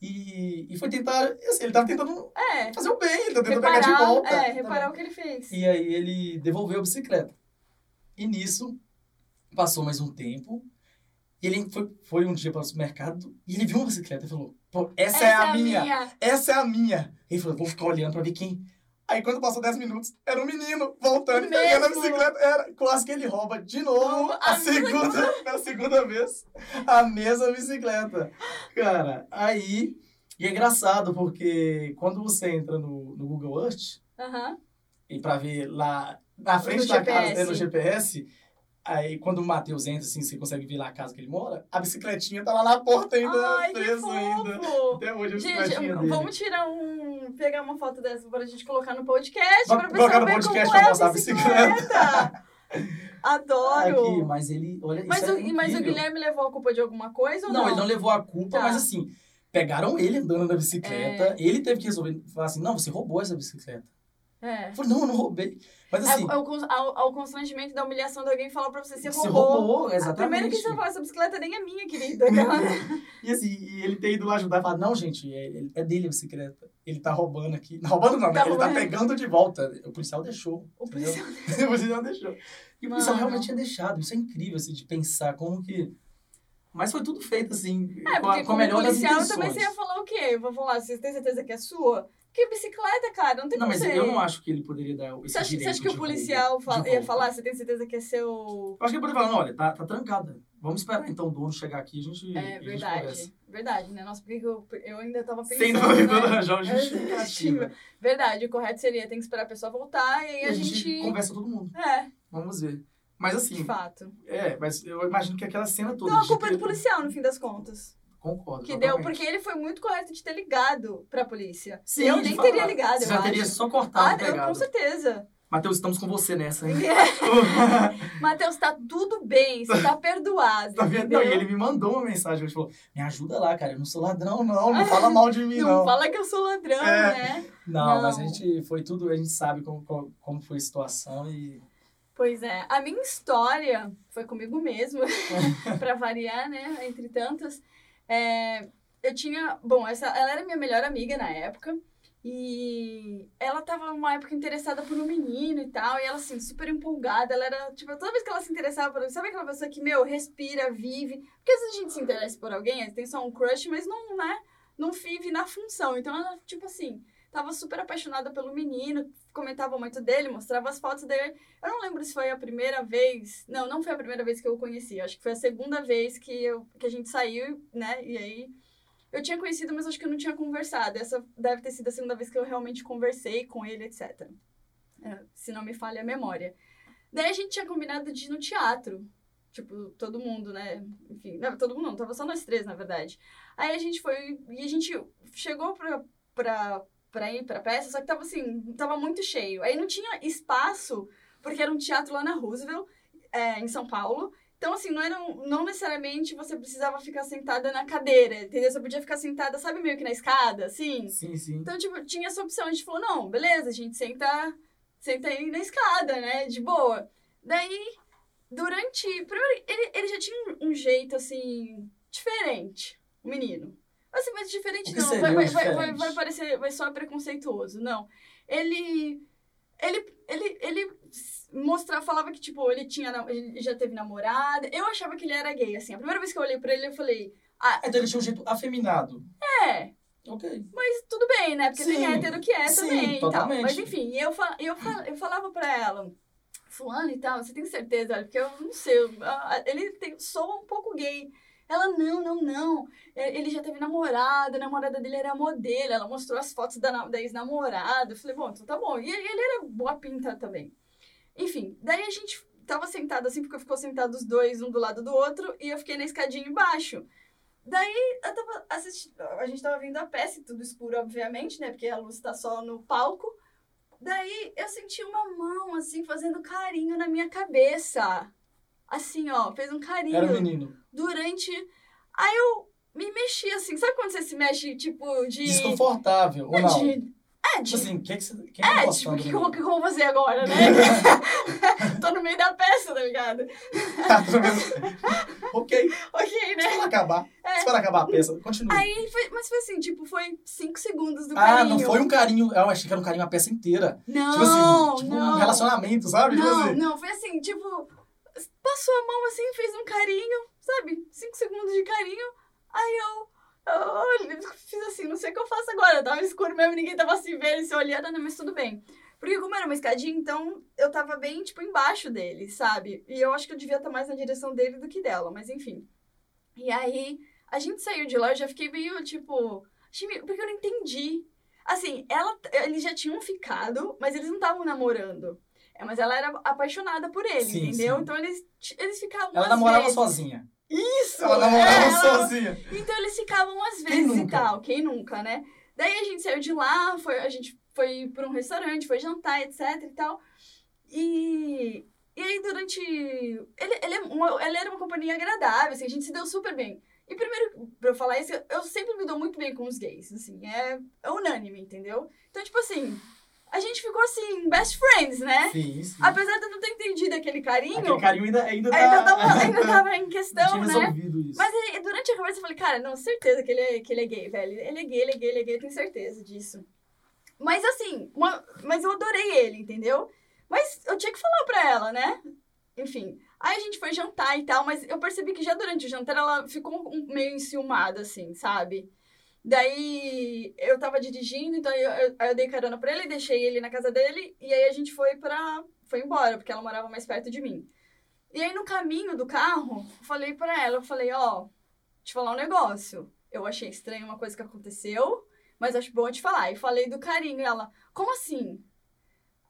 B: E, e foi tentar. Assim, ele tava tentando
A: É.
B: fazer o bem, ele tá tentando pegar de
A: Reparar,
B: volta.
A: é, reparar o que ele fez.
B: E aí ele devolveu a bicicleta. E nisso, passou mais um tempo. E ele foi, foi um dia para o supermercado e ele viu uma bicicleta e falou: Pô, essa, é a, minha. Essa é a minha! Ele falou: Vou ficar olhando para ver quem. Aí quando passou 10 minutos, era um menino voltando e
A: Mesmo?
B: pegando a bicicleta. Era, quase que ele rouba de novo
A: Rouba
B: a
A: a
B: segunda, pela segunda vez a mesma bicicleta. Cara, aí. E é engraçado porque quando você entra no, no Google Earth,
A: Aham.
B: e pra ver lá na frente
A: No
B: da casa dele no
A: GPS.
B: GPS. Aí quando o Matheus entra, assim, você consegue ver lá a casa que ele mora, a bicicletinha tá lá na porta ainda,
A: Ai, que
B: presa ainda.
A: fofo.
B: Até hoje a
A: Gente,
B: bicicletinha dele.
A: vamos tirar um. pegar uma foto dessa pra gente colocar no podcast.
B: Vamos
A: pra pessoa
B: colocar no
A: ver
B: podcast
A: como
B: pra
A: é
B: mostrar
A: a
B: a bicicleta.
A: bicicleta.
B: Tá Aqui,
A: Adoro.
B: mas ele, olha,
A: Mas,
B: isso é
A: o, mas o
B: incrível.
A: Guilherme levou a culpa de alguma coisa ou
B: Não,
A: não?
B: ele não levou a culpa,
A: Tá.
B: mas assim, pegaram ele andando na bicicleta, ele teve que resolver, falar assim, não, você roubou essa bicicleta.
A: É.
B: Eu falei, não, eu não roubei. Mas assim,
A: É, é o cons- ao, ao constrangimento da humilhação de alguém falar pra você, você
B: você
A: roubou.
B: roubou,
A: Ah,
B: exatamente.
A: Primeiro que você falou, essa bicicleta nem é minha, querida. Aquela-
B: E assim, e ele tem ido lá ajudar e falar, não, gente, é, ele- é dele a bicicleta. Ele tá roubando aqui. Não, roubando não, né?
A: Tá
B: Ele tá
A: roubando.
B: pegando de volta. O policial deixou.
A: O
B: entendeu?
A: policial-
B: o policial deixou. E o policial
A: Mano.
B: realmente tinha deixado. Isso é incrível, assim, de pensar como que... Mas foi tudo feito, assim,
A: É,
B: com,
A: porque
B: a, com a
A: como
B: melhor das
A: policial
B: intenções.
A: também você ia falar o quê? Eu vou falar, você tem certeza que é sua? Que bicicleta, cara? Não tem
B: Não,
A: como
B: mas
A: você-
B: eu não acho que ele poderia dar esse
A: Você acha, você
B: direito
A: acha que
B: de
A: o policial
B: roubo,
A: fala-
B: de
A: ia
B: roubo.
A: falar, você tem certeza que é seu...
B: Eu acho que ele poderia falar, não, olha, tá, tá trancada. Vamos esperar, então, o dono chegar aqui e a gente a
A: É
B: gente conversa.
A: verdade, verdade, né? Nossa, porque eu, eu ainda tava pensando,
B: Sem dúvida,
A: né?
B: arranjar uma
A: É,
B: justificativa.
A: Verdade, o correto seria, tem que esperar a pessoa voltar e aí
B: E
A: a, gente...
B: conversa todo mundo.
A: É,
B: Vamos ver. Mas
A: de
B: assim,
A: fato.
B: É, mas eu imagino que aquela cena toda.
A: Então a
B: de
A: culpa é
B: ter-
A: do policial, no fim das contas.
B: Concordo.
A: Que deu,
B: totalmente.
A: porque ele foi muito correto de ter ligado pra polícia.
B: Sim,
A: eu
B: de
A: nem
B: falar.
A: teria ligado,
B: Você
A: eu
B: já
A: acho.
B: teria só cortado
A: Ah,
B: e
A: eu, com
B: pegado.
A: certeza.
B: Matheus, estamos com você nessa. hein?
A: Matheus, tá tudo bem, você tá perdoado.
B: tá vendo?
A: entendeu?
B: Não, e ele me mandou uma mensagem. Ele falou: Me ajuda lá, cara. Eu não sou ladrão, não. Não fala mal de mim,
A: Ah, Não
B: não.
A: fala que eu sou ladrão,
B: É.
A: né?
B: Não,
A: Não.
B: mas a gente foi tudo. A gente sabe como, como- como foi a situação e.
A: Pois é, a minha história foi comigo mesmo, pra variar, né? Entre tantas. É, eu tinha. Bom, essa, ela era minha melhor amiga na época. E ela tava numa época interessada por um menino e tal. E ela, assim, super empolgada. Ela era, tipo, toda vez que ela se interessava por alguém, sabe aquela pessoa que, meu, respira, vive. Porque às vezes a gente se interessa por alguém, tem só um crush, mas não, né? Não vive na função. Então ela, tipo assim, tava super apaixonada pelo menino, comentava muito dele, mostrava as fotos dele. Eu não lembro se foi a primeira vez. Não, não foi a primeira vez que eu o conheci. Acho que foi a segunda vez que, eu, que a gente saiu, né? E aí. Eu tinha conhecido, mas acho que eu não tinha conversado. Essa deve ter sido a segunda vez que eu realmente conversei com ele, etc. É, se não me falha a memória. Daí a gente tinha combinado de ir no teatro. Tipo, todo mundo, né? Enfim, não, todo mundo não, tava só nós três, na verdade. Aí a gente foi. E a gente chegou pra, pra, pra ir pra peça, só que tava assim, tava muito cheio. Aí não tinha espaço porque era um teatro lá na Roosevelt, é, em São Paulo. Então, assim, não, era um- não necessariamente você precisava ficar sentada na cadeira, entendeu? Você podia ficar sentada, sabe, meio que na escada, assim?
B: Sim, sim.
A: Então, tipo, tinha essa opção. A gente falou, não, beleza, a gente senta, senta aí na escada, né? De boa. Daí, durante. Primeiro, ele, ele já tinha um um jeito, assim, diferente, o menino. Assim, mas diferente
B: O que
A: não.
B: seria
A: Vai,
B: o
A: vai, vai, vai,
B: diferente?
A: vai parecer, vai soar preconceituoso. Não. Ele. Ele, ele, ele mostrava, falava que, tipo, ele tinha, nam- ele já teve namorada. Eu achava que ele era gay, assim. A primeira vez que eu olhei pra ele, eu falei,
B: Ah, Então ele tinha um jeito afeminado.
A: é,
B: Ok.
A: Mas tudo bem, né? Porque tem
B: Sim,
A: hétero que é
B: sim,
A: também e tal.
B: totalmente.
A: Mas enfim, eu, fa- eu, fa- eu falava pra ela, fulano e tal, você tem certeza? Olha, Porque eu não sei, eu- a- a- ele tem, soa um pouco gay. Ela, não, não, não. E- Ele já teve namorada, a namorada dele era modelo, ela mostrou as fotos da, na- da ex-namorada. Eu falei, bom, então tá bom. E ele era boa pinta também. Enfim, daí a gente tava sentado assim, porque ficou sentado os dois, um do lado do outro, e eu fiquei na escadinha embaixo. Daí eu tava assistindo, a gente tava vendo a peça, e tudo escuro, obviamente, né? Porque a luz tá só no palco. Daí eu senti uma mão, assim, fazendo carinho na minha cabeça. Assim, ó, fez um carinho
B: Era um menino.
A: durante. Aí eu me mexi assim, sabe quando você se mexe, tipo, de.
B: Desconfortável, ou não?
A: de- É, de.
B: Tipo assim, o que, que você. Quem tá
A: É, tipo,
B: gostando
A: o que,
B: do
A: que eu vou-
B: menino?
A: que eu vou fazer agora, né? Tô no meio da peça, tá ligado?
B: Tá, tudo bem. ok,
A: Ok, né?
B: espera acabar.
A: É.
B: Espera acabar a peça. Continua.
A: Aí foi, mas foi assim, tipo, foi cinco segundos do
B: ah,
A: carinho.
B: não foi um carinho. Eu achei que era um carinho a peça inteira.
A: Não,
B: tipo assim, tipo
A: não.
B: um relacionamento, sabe? tipo
A: Não,
B: assim.
A: não, foi assim, tipo, passou a mão assim, fez um carinho, sabe? Cinco segundos de carinho. Aí eu, eu olhei, fiz assim, não sei o que eu faço agora. Tava escuro mesmo, ninguém tava se vendo, se olhando, né? mas tudo bem. Porque como era uma escadinha, então eu tava bem, tipo, embaixo dele, sabe? E eu acho que eu devia estar mais na direção dele do que dela, mas enfim. E aí, a gente saiu de lá, eu já fiquei meio, tipo... achei meio- Porque eu não entendi. Assim, ela, eles já tinham ficado, mas eles não estavam namorando. É, mas ela era apaixonada por ele,
B: Sim,
A: entendeu?
B: sim.
A: Então eles, eles ficavam
B: Ela
A: às
B: namorava
A: vezes.
B: sozinha.
A: Isso!
B: Ela namorava
A: é, ela-
B: sozinha.
A: Então eles ficavam às
B: Quem
A: vezes e
B: nunca?
A: tal, quem nunca, né? Daí a gente saiu de lá, foi, a gente foi pra um restaurante, foi jantar, etc e tal. E, e aí durante... Ele, ele, é uma- ela era uma companhia agradável, assim, a gente se deu super bem. E primeiro, pra eu falar isso, eu- eu sempre me dou muito bem com os gays, assim, é, é unânime, entendeu? Então, tipo assim, a gente ficou assim, best friends, né?
B: Sim, sim.
A: Apesar de eu não ter entendido aquele carinho,
B: Aquele carinho ainda, ainda,
A: ainda,
B: tá...
A: tava, ainda tava em
B: não
A: questão,
B: tinha
A: né?
B: resolvido isso.
A: Mas aí, durante a conversa eu falei, cara, não, certeza que ele, é, que ele é gay, velho. Ele é gay, ele é gay, ele é gay, eu tenho certeza disso. Mas assim, uma- mas eu adorei ele, entendeu? Mas eu tinha que falar pra ela, né? Enfim. Aí a gente foi jantar e tal, mas eu percebi que já durante o jantar ela ficou um- meio enciumada, assim, sabe? Daí eu tava dirigindo, então eu, eu, aí eu dei carona pra ele, deixei ele na casa dele, e aí a gente foi pra. foi embora, porque ela morava mais perto de mim. E aí no caminho do carro, eu falei pra ela, eu falei, ó, te falar um negócio. Eu achei estranho uma coisa que aconteceu, mas acho bom eu te falar. E falei do carinho, e ela, como assim?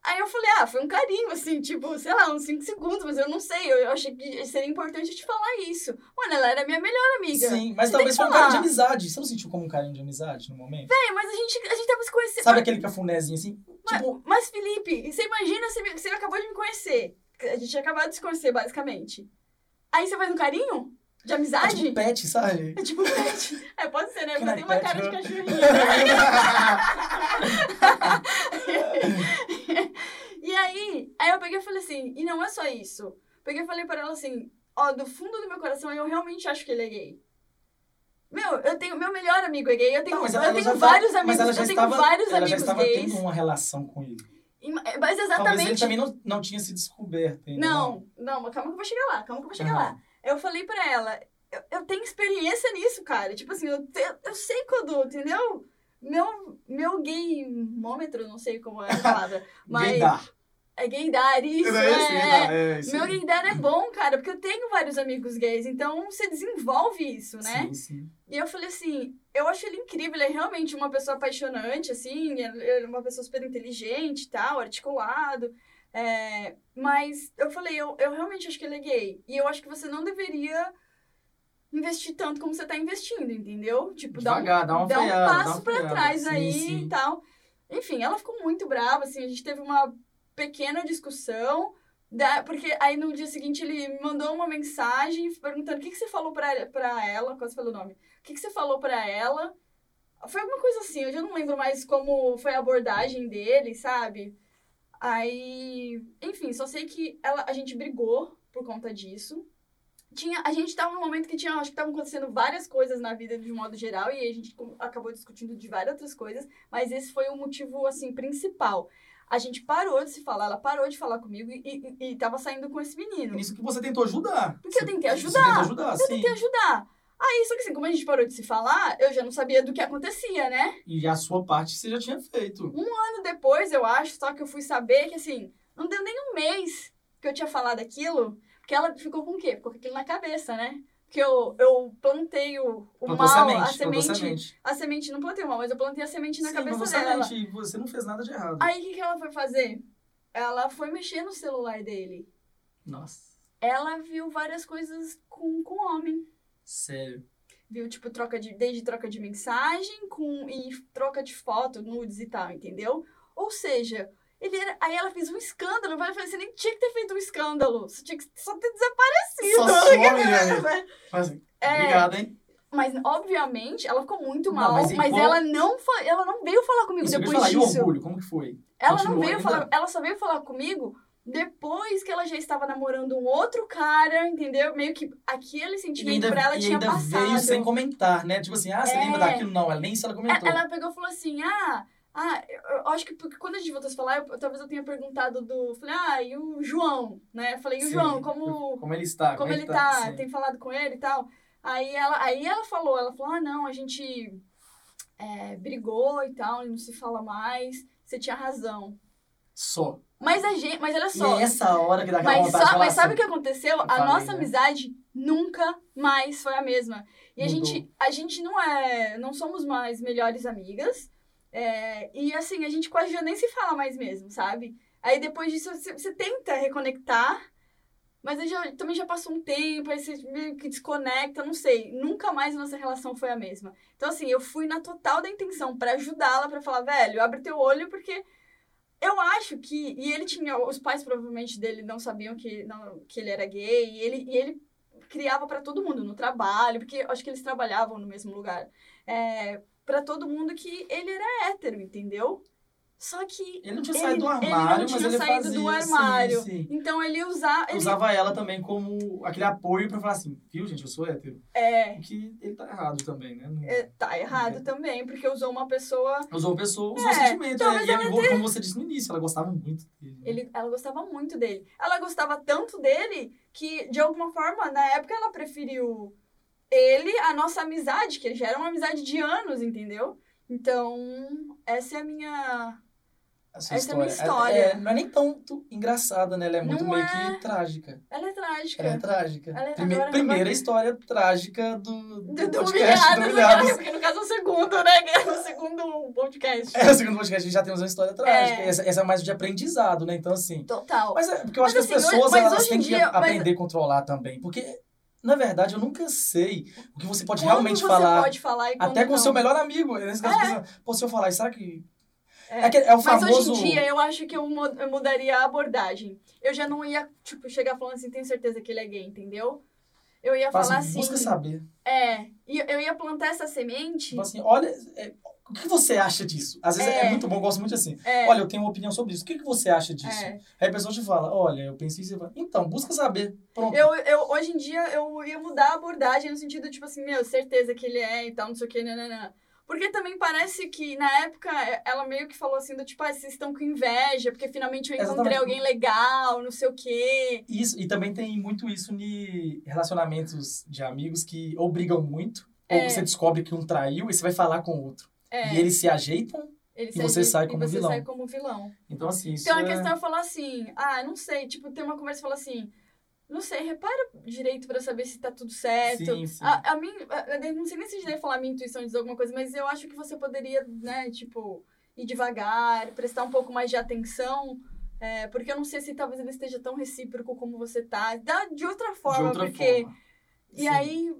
A: Aí eu falei, ah, foi um carinho, assim, tipo, sei lá, uns 5 segundos, mas eu não sei, eu, eu achei que seria importante eu te falar isso. Mano, ela era minha melhor amiga.
B: Sim, mas
A: você tem
B: talvez
A: que
B: foi um
A: falar.
B: carinho de amizade. Você não sentiu como um carinho de amizade no momento?
A: Bem, É, mas a gente, a gente tava se conhecendo.
B: Sabe aquele cafunézinho assim? Tipo,
A: Mas, Felipe, você imagina, você, me- você acabou de me conhecer. A gente tinha acabado de se conhecer, basicamente. Aí você faz um carinho? De
B: é
A: amizade?
B: tipo pet, sabe?
A: É tipo pet. É, pode ser, né?
B: Can
A: Mas
B: I
A: tem uma
B: pet
A: cara de
B: you?
A: cachorrinho. E aí, aí eu peguei e falei assim, e não é só isso. Peguei e falei pra ela assim, ó, do fundo do meu coração eu realmente acho que ele é gay. Meu, eu tenho, meu melhor amigo é gay, eu tenho,
B: Não, mas ela
A: eu
B: já
A: tenho
B: tá-
A: vários
B: mas
A: amigos,
B: ela
A: eu
B: já
A: tenho
B: estava-
A: vários
B: Ela já
A: amigos
B: estava
A: gays.
B: tendo uma relação com ele.
A: E- Mas
B: Talvez ele
A: exatamente,
B: também não, não tinha se descoberto ainda. né?
A: Não, não, mas calma que eu vou chegar lá, calma que eu vou chegar lá. Eu falei pra ela, eu, eu tenho experiência nisso, cara. Tipo assim, eu, te- eu sei quando, entendeu? Meu, meu gaymômetro, não sei como é a palavra, mas...
B: Gaydar.
A: É gaydar, isso,
B: Era esse,
A: é.
B: gaydar, é isso
A: Meu
B: aí.
A: gaydar é bom, cara, porque eu tenho vários amigos gays, então você desenvolve isso, né?
B: Sim, sim.
A: E eu falei assim, eu acho ele incrível, ele é realmente uma pessoa apaixonante, assim, ele é uma pessoa super inteligente e tal, articulado. é, mas eu falei, eu, eu realmente acho que ele é gay. E eu acho que você não deveria investir tanto como você tá investindo, entendeu? Tipo, dá um
B: Devagar, dá uma
A: dá um
B: freada, dá uma
A: passo pra
B: freada.
A: trás
B: Sim,
A: aí
B: sim.
A: e tal. Enfim, ela ficou muito brava, assim, a gente teve uma pequena discussão, da, porque aí no dia seguinte ele me mandou uma mensagem perguntando o que, que você falou pra, pra ela, quase falei o nome, o que, que você falou pra ela. Foi alguma coisa assim, eu já não lembro mais como foi a abordagem dele, sabe? Aí, enfim, só sei que ela, a gente brigou por conta disso. Tinha, a gente tava num momento que tinha, acho que estavam acontecendo várias coisas na vida de um modo geral e a gente com- acabou discutindo de várias outras coisas, mas esse foi o motivo, assim, principal. A gente parou de se falar, ela parou de falar comigo e, e, e tava saindo com esse menino.
B: Nisso que você tentou ajudar.
A: Porque eu tentei
B: Você tentou
A: ajudar.
B: ajudar,
A: Eu
B: sim.
A: tentei ajudar. Aí, só que assim, como a gente parou de se falar, eu já não sabia do que acontecia, né?
B: E a sua parte você já tinha feito.
A: ano depois, eu acho, só que eu fui saber que, assim, não deu nem um mês que eu tinha falado aquilo, porque ela ficou com o quê? Ficou com aquilo na cabeça, né? Porque eu, eu plantei o, o
B: Plantou
A: mal,
B: semente,
A: a
B: plantou
A: semente. A semente, não plantei o mal, mas eu plantei a semente na
B: Sim,
A: cabeça
B: plantou
A: dela.
B: semente, e você não fez nada de errado.
A: Aí, o que, que ela foi fazer? Ela foi mexer no celular dele.
B: Nossa,
A: Ela viu várias coisas com com o homem.
B: sério.
A: Viu, tipo, troca de, desde troca de mensagem com, e troca de foto, nudes e tal, entendeu? Ou seja, ele era, aí ela fez um escândalo, mas eu falei, você nem tinha que ter feito um escândalo, você tinha que só ter
B: Só some,
A: desaparecido.
B: Mas,
A: É.
B: Obrigado, hein?
A: mas, obviamente, ela ficou muito
B: Não,
A: mal,
B: mas
A: mas,
B: e qual-
A: ela, não fa- ela não veio falar comigo
B: Isso, eu ia
A: depois
B: falar, E o
A: disso.
B: orgulho, né? como que foi?
A: Ela não
B: Continuou
A: veio
B: ainda?
A: falar, ela só veio falar comigo depois que ela já estava namorando um outro cara, entendeu? Meio que aquele
B: E
A: sentimento
B: ainda,
A: tipo, pra ela
B: e
A: tinha
B: ainda
A: passado.
B: veio sem comentar, né? Tipo assim, ah, você
A: É.
B: lembra daquilo? Não, ela nem se ela
A: É,
B: comentou.
A: Ela pegou e falou assim: ah, ah, eu eu acho que porque quando a gente voltou a se falar, eu- talvez eu tenha perguntado do. Falei, ah, e o João, né? Eu Falei, e o
B: Sim.
A: João, como,
B: Como ele está?
A: como ele tá?
B: sim.
A: Tem falado com ele e tal? Aí ela, aí ela falou, ela falou: ah, não, a gente é, brigou e tal, não se fala mais, você tinha razão.
B: Só.
A: Mas a gente, mas olha
B: E
A: só.
B: é essa hora que dá aquela
A: Mas,
B: vontade de
A: só,
B: falar
A: mas sabe o
B: assim,
A: que aconteceu? A
B: falei,
A: nossa
B: né?
A: amizade nunca mais foi a mesma. E a
B: Mudou.
A: gente, a gente não é. Não somos mais melhores amigas. é, e assim, a gente quase já nem se fala mais mesmo, sabe? Aí depois disso você, você tenta reconectar, mas aí já, também já passou um tempo, aí você meio que desconecta, não sei. Nunca mais a nossa relação foi a mesma. Então, assim, eu fui na total da intenção pra ajudá-la, pra falar, velho, abre teu olho, porque eu acho que. E ele tinha. Os pais provavelmente dele não sabiam que, não, que ele era gay, e ele, e ele criava pra todo mundo no trabalho, porque eu acho que eles trabalhavam no mesmo lugar. É, para todo mundo que ele era hétero, entendeu? Só que.
B: Ele não tinha
A: Ele-
B: saído do
A: ele não
B: armário, mas
A: tinha
B: ele
A: saído
B: fazia.
A: do
B: sim,
A: armário.
B: sim.
A: Então ele usava. Ele,
B: Usava ela também como aquele apoio pra falar assim, viu, gente, eu sou hétero.
A: É,
B: O que ele tá errado também, né? Não-
A: é, Tá errado também, porque usou uma pessoa.
B: Usou a pessoa, usou o
A: É,
B: sentimento.
A: talvez
B: né? E ela, igual- como você disse no início, ela gostava muito dele. né?
A: Ele, ela gostava muito dele. Ela gostava tanto dele que, de alguma forma, na época ela preferiu ele à nossa amizade, que já era uma amizade de anos, entendeu? Então, essa é a minha.
B: Essa,
A: essa é a minha
B: É,
A: história.
B: é, não é nem tanto engraçada, né? Ela é muito
A: Não
B: meio
A: é.
B: que trágica.
A: Ela é trágica.
B: Ela é trágica.
A: Ela é-
B: Prime-
A: agora-
B: primeira
A: agora-
B: história trágica do,
A: Do, do humilhado,
B: podcast do
A: do
B: Humilhados.
A: Humilhados, que no caso é o segundo, né? Que é o segundo podcast.
B: É, o segundo podcast a gente já temos uma história trágica.
A: É.
B: Essa, essa é mais de aprendizado, né? Então, assim.
A: Total.
B: Mas é porque eu acho
A: Mas
B: que as
A: assim, hoje-
B: pessoas
A: mas
B: elas
A: hoje
B: têm
A: em
B: que
A: dia- mas-
B: aprender a controlar também. Porque, na verdade, eu nunca sei o que você pode
A: Quando
B: realmente
A: você
B: falar.
A: pode falar e quando
B: Até com o
A: não.
B: seu melhor amigo. né, Nesse caso, as pessoas, Pô, se eu falar, isso, será que.
A: É.
B: É, aquele- é o
A: Mas
B: famoso.
A: hoje em dia eu acho que eu mu- eu mudaria a abordagem. Eu já não ia, tipo, chegar falando assim, tenho certeza que ele é gay, entendeu? Eu ia
B: Fala assim,
A: falar assim.
B: Busca saber.
A: É, e eu ia plantar essa semente.
B: Fala assim, olha, é, o que você acha disso? Às vezes é,
A: É.
B: muito bom, eu gosto muito assim.
A: é,
B: Olha, eu tenho uma opinião sobre isso. O que, que você acha disso?
A: é.
B: Aí a pessoa te fala, olha, eu pensei isso. e fala, Então, busca saber. Pronto.
A: Eu, eu, hoje em dia eu ia mudar a abordagem no sentido, tipo assim, meu, certeza que ele é e tal, não sei o que, nananã. Porque também parece que na época é, ela meio que falou assim, do tipo, ah, vocês estão com inveja, porque finalmente eu encontrei
B: Exatamente.
A: alguém legal, não sei o quê.
B: Isso, e também tem muito isso em relacionamentos de amigos que ou brigam muito,
A: É.
B: ou você descobre que um traiu e você vai falar com o outro.
A: É,
B: E eles se ajeitam.
A: ele
B: e você sai
A: e
B: como
A: você
B: vilão.
A: sai como vilão.
B: Então, assim, isso
A: Então a
B: é...
A: questão é falar assim, ah, não sei, tipo, tem uma conversa e fala assim, não sei, repara direito pra saber se tá tudo certo.
B: Sim, sim.
A: A, a mim, a- eu não sei nem se a gente deve falar a minha intuição diz alguma coisa, mas eu acho que você poderia, né, tipo, ir devagar, prestar um pouco mais de atenção. é, porque eu não sei se talvez ele esteja tão recíproco como você tá. Dá de outra forma,
B: de outra
A: porque.
B: forma.
A: E
B: Sim.
A: aí,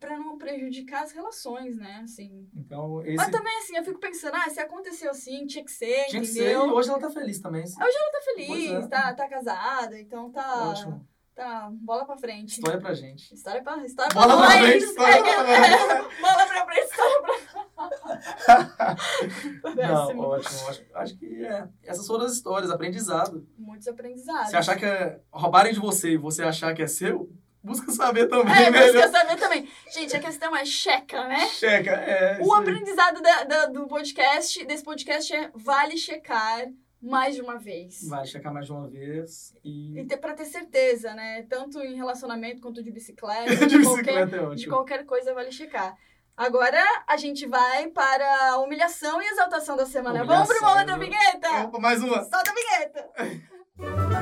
A: pra não prejudicar as relações, né? Assim.
B: Então, esse...
A: Mas também assim, eu fico pensando, ah, se aconteceu assim, tinha que ser,
B: Tinha que ser, e
A: entendeu?
B: hoje ela tá feliz também. assim.
A: tá
B: Pois
A: feliz,
B: é.
A: tá, tá casada, então tá.
B: Ótimo.
A: Tá, bola pra frente.
B: História pra gente.
A: História pra, história
B: Bola pra frente,
A: frente.
B: história pra
A: Bola pra frente, história pra frente.
B: Não,
A: Péssimo.
B: ótimo, ótimo. Acho que é. Essas foram as histórias, aprendizado.
A: Muitos aprendizados.
B: Se achar que é... roubarem de você e você achar que é seu, busca saber também,
A: É,
B: né?
A: mas quer saber também. Gente, a questão é checa, né?
B: Checa, é.
A: O
B: isso aí.
A: aprendizado da- da- do podcast, desse podcast é vale checar, mais de uma vez.
B: Vai checar mais de uma vez
A: E
B: e.
A: ter, pra ter certeza, né? Tanto em relacionamento quanto de bicicleta,
B: de
A: de, qualquer,
B: bicicleta é
A: de
B: ótimo.
A: qualquer coisa vale checar. Agora a gente vai para a humilhação e exaltação da semana. Vamos para uma outra
B: Humilhação.
A: vinheta!
B: Opa, mais uma.
A: Solta a vinheta!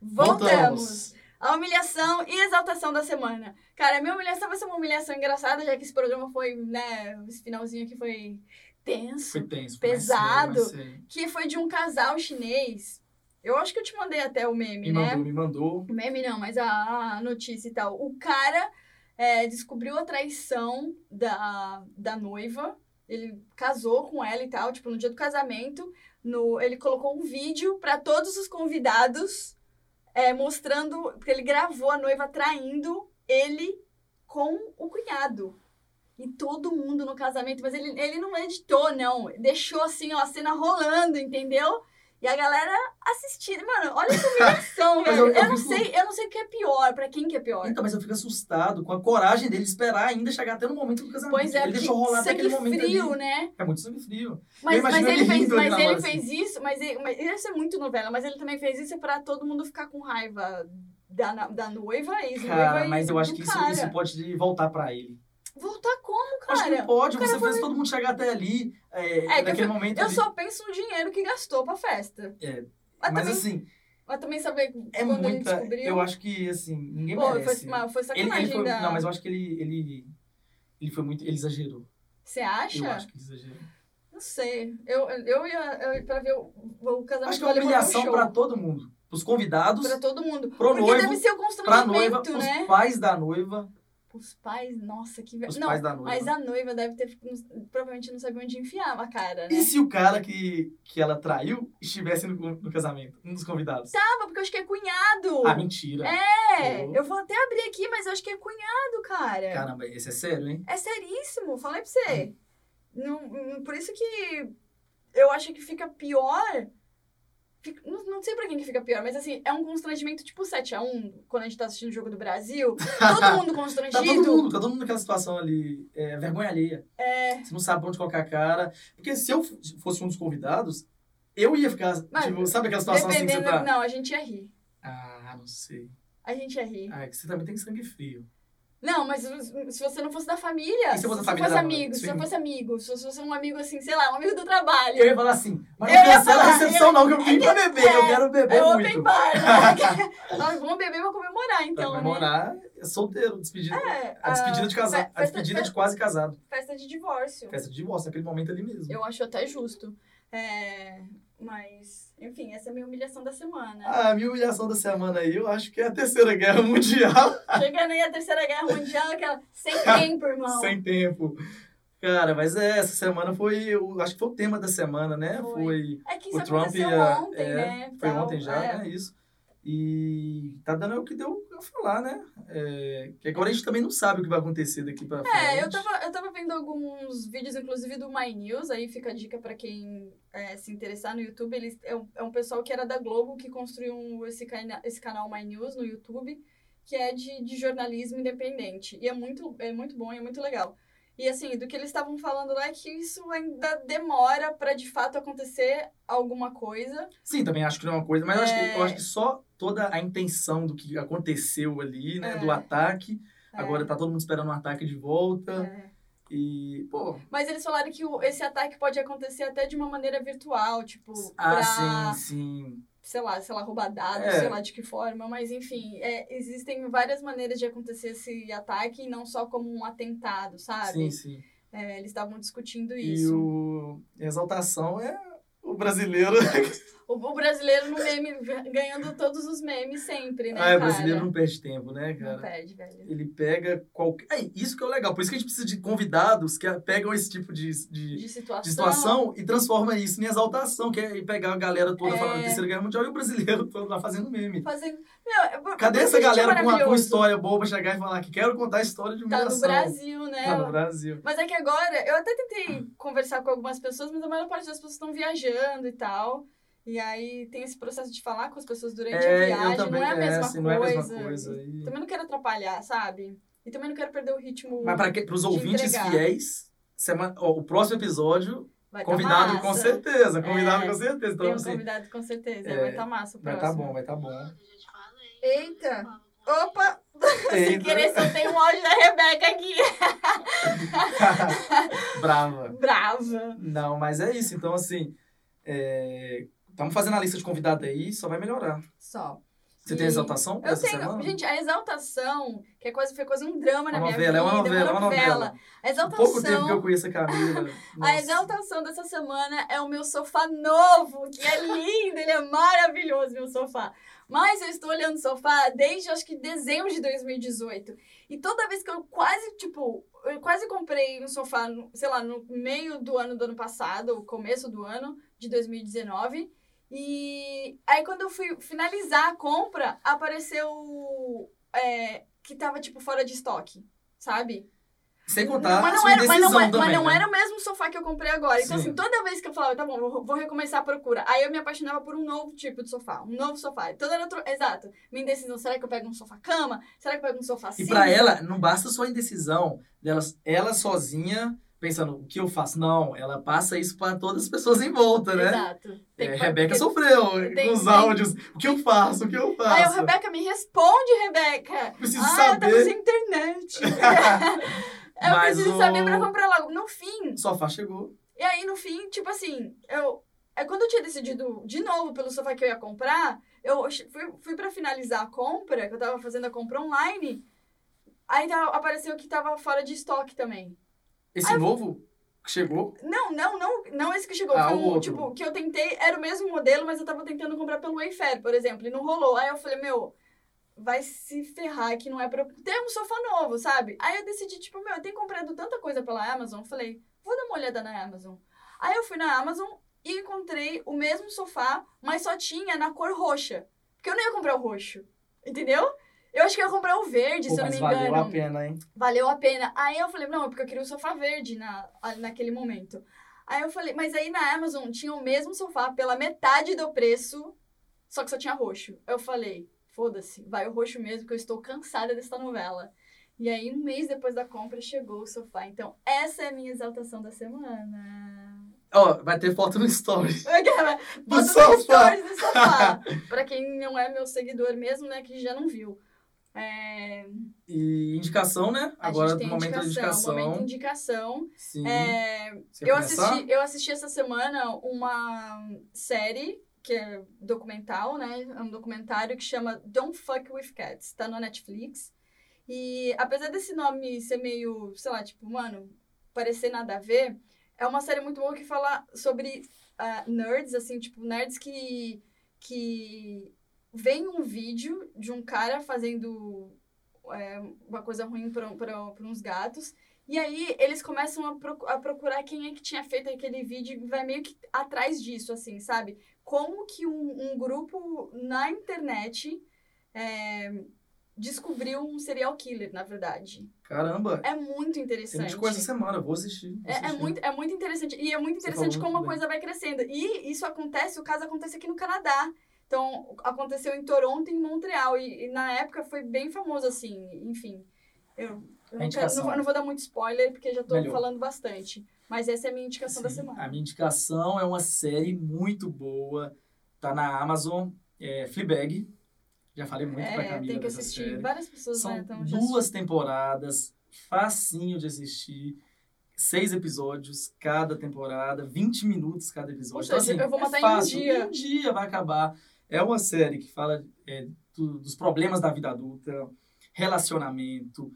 A: Voltamos! A humilhação e exaltação da semana. Cara, a minha humilhação vai ser uma humilhação engraçada, já que esse programa foi, né, esse finalzinho aqui foi tenso.
B: Foi tenso.
A: Pesado.
B: Mas, sério, mas, sério.
A: Que foi de um casal chinês. Eu acho que eu te mandei até o meme,
B: Me
A: né?
B: mandou, me mandou.
A: O meme não, mas a, a notícia e tal. O cara é, descobriu a traição da, da noiva. Ele casou com ela e tal, tipo, no dia do casamento. No, ele colocou um vídeo pra todos os convidados é, mostrando. Porque ele gravou a noiva traindo ele com o cunhado. E todo mundo no casamento, mas ele, ele não editou, não. Deixou assim, ó, a cena rolando, entendeu? E a galera assistindo. Mano, olha essa humilhação,
B: Mas
A: velho.
B: eu- eu
A: Eu não
B: fico-
A: sei, eu não sei o que é pior, pra quem que é pior.
B: Então, mas eu fico assustado com a coragem dele de esperar ainda chegar até no momento do casamento.
A: Pois é,
B: ele
A: porque
B: deixou rolar até
A: sangue
B: aquele momento
A: frio,
B: ali.
A: né?
B: É muito sangue frio.
A: Mas, mas
B: imagino
A: ele,
B: ele
A: fez,
B: rindo
A: mas
B: ali na
A: ele
B: hora, assim.
A: fez isso, mas, ele, mas isso é muito novela, mas ele também fez isso pra todo mundo ficar com raiva da, na- da noiva, ex-noiva
B: Cara,
A: e
B: mas eu acho
A: do
B: que isso,
A: cara.
B: isso pode voltar pra ele.
A: Voltar como,
B: Eu acho que um
A: cara?
B: não pode,
A: o cara
B: você fez todo mundo chegar até ali, é,
A: que eu
B: naquele
A: fui-
B: momento.
A: Eu
B: ali.
A: só penso no dinheiro que gastou pra festa.
B: É,
A: Mas,
B: Mas
A: também,
B: assim,
A: mas também saber
B: é
A: quando ele
B: muita.
A: descobriu.
B: Eu acho que, assim, ninguém
A: Pô,
B: merece.
A: foi, mas foi
B: ele,
A: sacanagem
B: ele foi,
A: da...
B: Não, mas eu acho que ele, ele. Ele foi muito. Ele exagerou.
A: Você acha?
B: Eu acho que ele exagerou.
A: Não sei. Eu, eu ia eu, pra ver o, o casamento
B: Acho que é uma
A: do Alemão,
B: humilhação
A: show.
B: pra todo mundo. Pros convidados,
A: Pra todo mundo.
B: pro
A: Porque
B: noivo,
A: deve ser o
B: pra
A: constrangimento,
B: noiva, pros
A: né?
B: pais da noiva,
A: Os pais, nossa, que
B: pros
A: vergonha. Não,
B: pais da noiva.
A: mas a noiva deve ter, não- provavelmente não sabia onde enfiar a cara, né?
B: E se o cara que, que ela traiu estivesse no, no casamento? Um dos convidados.
A: Tava, porque eu acho que é cunhado.
B: Ah, mentira.
A: é,
B: eu-
A: eu vou até abrir aqui, mas eu acho que é cunhado, cara.
B: Caramba, esse é sério, hein?
A: É seríssimo, falei pra você. Não, não- por isso que eu acho que fica pior. Fica- não, não sei pra quem que fica pior, mas assim, é um constrangimento tipo 7x1, quando a gente tá assistindo o Jogo do Brasil. Todo mundo
B: Tá
A: constrangido.
B: todo mundo, tá todo mundo naquela situação ali, é, vergonha alheia.
A: É.
B: Você não sabe pra onde colocar a cara. Porque se eu f- fosse um dos convidados, eu ia ficar,
A: Mas,
B: tipo, sabe aquela situação assim que
A: Dependendo.
B: você tá...
A: Não, a gente ia rir.
B: Ah, não sei.
A: A gente ia rir.
B: Ah, é que você também tem sangue frio.
A: Não, mas se se você não fosse da família.
B: E se eu fosse da
A: se
B: família
A: fosse
B: da
A: amigo,
B: mãe?
A: se eu
B: Sim.
A: fosse amigo, se você fosse um amigo assim, sei lá, um amigo do trabalho.
B: Eu ia falar assim, mas
A: Eu
B: não
A: ia
B: cancela a
A: falar,
B: recepção não, que eu vim pra beber, eu
A: é,
B: quero beber
A: É
B: muito.
A: open bar, né? Nós vamos beber pra comemorar,
B: Pra
A: então, né?
B: comemorar, é solteiro, despedida.
A: É,
B: A despedida de casado,
A: fe-
B: a despedida de quase casado.
A: fe- Festa de divórcio.
B: Festa de divórcio, naquele momento ali mesmo.
A: Eu acho até justo. É, mas, enfim, essa é a minha humilhação da semana.
B: Ah, a minha humilhação da semana aí, eu acho que é a Terceira Guerra Mundial.
A: Chegando aí né, a Terceira Guerra Mundial, aquela sem tempo, irmão.
B: Sem tempo. Cara, mas é, essa semana foi, eu acho que foi o tema da semana, né?
A: Foi.
B: Foi,
A: É que
B: O
A: isso
B: Trump
A: aconteceu
B: e a-
A: ontem,
B: é,
A: né?
B: foi
A: Tal,
B: ontem já,
A: é.
B: né? Isso. E tá dando o que deu a falar, né? É, que agora a gente também não sabe o que vai acontecer daqui pra frente.
A: É, eu tava, eu tava vendo alguns vídeos, inclusive do My News, aí fica a dica pra quem é, se interessar no YouTube. Eles, é, um, é um pessoal que era da Globo que construiu um- esse, cana- esse canal My News no YouTube, que é de, de jornalismo independente. E é muito, é muito bom e é muito legal. E assim, do que eles estavam falando lá é que isso ainda demora pra de fato acontecer alguma coisa. né?
B: Sim, também acho que não é uma coisa, mas eu acho que, eu
A: É.
B: acho que só toda a intenção do que aconteceu ali, né?
A: É.
B: Do ataque.
A: É,
B: Agora tá todo mundo esperando um ataque de volta.
A: é. Tipo,
B: E, pô,
A: Mas eles falaram que o- esse ataque pode acontecer até de uma maneira virtual, tipo,
B: ah,
A: pra-
B: sim, sim.
A: sei lá, sei lá, roubar dados,
B: É.
A: sei lá de que forma, mas enfim, é, existem várias maneiras de acontecer esse ataque e não só como um atentado, sabe?
B: Sim, sim.
A: É, eles estavam discutindo
B: E
A: isso.
B: o a exaltação é o brasileiro.
A: né, O... o brasileiro no meme v- ganhando todos os memes sempre, né?
B: ah, o
A: cara?
B: brasileiro não perde tempo, né,
A: Não
B: cara?
A: perde, velho.
B: Ele pega qualquer. É, isso que é o legal. Por isso que a gente precisa de convidados que pegam esse tipo de, de,
A: De situação.
B: de situação e transforma isso em exaltação, que é pegar a galera toda
A: É.
B: falando da Terceira Guerra Mundial e o brasileiro todo lá fazendo meme.
A: Fazendo. Meu, é por-
B: Cadê
A: por isso
B: essa
A: que a gente é
B: galera com uma com
A: maravilhoso.
B: história boa pra chegar e falar que quero contar a história de
A: Tá
B: humilhação?
A: no Brasil, né?
B: Tá no Brasil.
A: Mas é que agora, eu até tentei conversar com algumas pessoas, mas a maior parte das pessoas estão viajando e tal. E aí tem esse processo de falar com as pessoas durante a viagem, não é a mesma coisa.
B: assim, não é a mesma coisa. E-
A: Também não quero atrapalhar, sabe? E também não quero perder o ritmo.
B: Mas para os
A: de
B: ouvintes
A: entregar.
B: fiéis, semana, ó, o próximo episódio,
A: Vai tá
B: convidado com
A: massa.
B: certeza. Convidado
A: É.
B: com certeza. Então,
A: Tem um
B: assim,
A: convidado com certeza.
B: É,
A: vai estar tá massa o
B: vai
A: próximo.
B: tá bom, vai tá bom.
A: Eita! Opa! Sem
B: Eita.
A: querer, soltei um áudio da Rebeca aqui.
B: Brava.
A: Brava!
B: Não, mas é isso. Então, assim, estamos fazendo a lista de convidados aí, só vai melhorar.
A: Só.
B: Você tem
A: E-
B: exaltação
A: Eu
B: essa
A: tenho.
B: semana?
A: Gente, a exaltação, que é quase, foi quase um drama
B: uma
A: na minha
B: novela,
A: vida.
B: é uma novela, é uma novela.
A: A exaltação.
B: Pouco tempo que eu conheço a Camila.
A: A
B: Nossa.
A: exaltação dessa semana é o meu sofá novo, que é lindo, ele é maravilhoso, meu sofá. Mas eu estou olhando o sofá desde acho que dezembro de 2018. E toda vez que eu quase, tipo, eu quase comprei um sofá, no- sei lá, no meio do ano do ano passado, ou começo do ano de 2019. E aí quando eu fui finalizar a compra, apareceu é, que tava, tipo, fora de estoque, sabe?
B: Sem
A: Não,
B: contar
A: mas, não
B: sua
A: era, mas, não,
B: indecisão
A: é- mas
B: também,
A: não
B: né?
A: era o mesmo sofá que eu comprei agora. Então,
B: Sim.
A: assim, toda vez que eu falava, tá bom, vou, vou recomeçar a procura. Aí eu me apaixonava por um novo tipo de sofá, um novo sofá. E toda era outro. Exato. Minha indecisão, será que eu pego um sofá-cama? Será que eu pego um sofá
B: E
A: cinza?
B: pra ela, não basta só a indecisão dela, ela sozinha, pensando, o que eu faço? Não, ela passa isso pra todas as pessoas em volta, né?
A: Exato. Tem
B: É,
A: que-
B: Rebeca
A: porque-
B: sofreu
A: tem-
B: com os
A: tem-
B: áudios. O que eu faço? O que eu
A: Aí eu,
B: faço?
A: Rebeca, me responde, Rebeca!
B: Preciso
A: ah, eu tava
B: saber.
A: sem internet. eu
B: Mas
A: preciso
B: o-
A: saber pra comprar logo. No fim,
B: O sofá chegou.
A: E aí, no fim, tipo assim, eu. É quando eu tinha decidido de novo pelo sofá que eu ia comprar, eu che- fui, fui pra finalizar a compra, que eu tava fazendo a compra online. Aí tava- apareceu que tava fora de estoque também.
B: Esse novo que chegou.
A: Não, não, não, não esse que chegou.
B: Ah,
A: foi
B: o
A: um,
B: outro.
A: tipo, que eu tentei, era o mesmo modelo, mas eu tava tentando comprar pelo Wayfair, por exemplo, e não rolou. Aí eu falei, meu, vai se ferrar que não é pra. Tem um sofá novo, sabe? Aí eu decidi, tipo, meu, eu tenho comprado tanta coisa pela Amazon. Falei, vou dar uma olhada na Amazon. Aí eu fui na Amazon e encontrei o mesmo sofá, mas só tinha na cor roxa. Porque eu não ia comprar o roxo. Entendeu? Eu acho que eu ia comprar o verde,
B: Pô,
A: se eu não
B: mas
A: me
B: valeu
A: engano
B: a pena, hein?
A: valeu a pena. Aí eu falei, não, é porque eu queria o sofá verde na, ali naquele momento. Aí eu falei, mas aí na Amazon tinha o mesmo sofá pela metade do preço, só que só tinha roxo. Eu falei, foda-se, vai o roxo mesmo, que eu estou cansada dessa novela. E aí, um mês depois da compra, chegou o sofá. Então, essa é a minha exaltação da semana.
B: Ó, vai ter foto no story.
A: Aquela-
B: Do
A: Bota nos
B: sofá.
A: stories do sofá. pra quem não é meu seguidor mesmo, né, que já não viu. É,
B: E indicação, né?
A: a
B: Agora,
A: gente tem é um
B: no momento da indicação. Uhum.
A: momento indicação.
B: Sim.
A: É,
B: Você quer
A: Eu
B: começar?
A: assisti, eu assisti essa semana uma série que é documental, né? É um documentário que chama Don't Fuck With Cats. Tá na Netflix. E apesar desse nome ser meio, sei lá, tipo, mano, parecer nada a ver, é uma série muito boa que fala sobre ah, nerds, assim, tipo, nerds que, que veem um vídeo de um cara fazendo é, uma coisa ruim para uns gatos e aí eles começam a, procu- a procurar quem é que tinha feito aquele vídeo e vai meio que atrás disso, assim, sabe? Como que um, um grupo na internet é, descobriu um serial killer, na verdade.
B: Caramba.
A: É muito
B: Você
A: interessante.
B: me indicou essa semana, eu vou assistir.
A: É,
B: vou
A: é
B: assistir.
A: muito, é muito interessante. E é muito
B: Você
A: interessante
B: falou
A: como a
B: muito
A: coisa vai crescendo. E isso acontece, o caso acontece aqui no Canadá. Então, aconteceu em Toronto e em Montreal. E, e na época foi bem famoso, assim. Enfim, eu, eu não, quero,
B: indicação.
A: não, vou- não vou dar muito spoiler, porque já tô
B: Melhor.
A: falando bastante. Mas essa é a minha indicação da
B: Sim, Ah,
A: semana.
B: A minha indicação é uma série muito boa. Tá na Amazon. É Fleabag. Já falei muito pra
A: É,
B: Camila
A: tem que
B: dessa
A: assistir.
B: série.
A: Várias pessoas
B: São
A: né, tão já
B: duas temporadas, facinho de assistir. Seis episódios cada temporada, 20 minutos cada episódio.
A: Ou seja, eu vou matar
B: é
A: em um
B: fácil,
A: dia.
B: Um dia vai acabar. É uma série que fala é, do- dos problemas da vida adulta, relacionamento,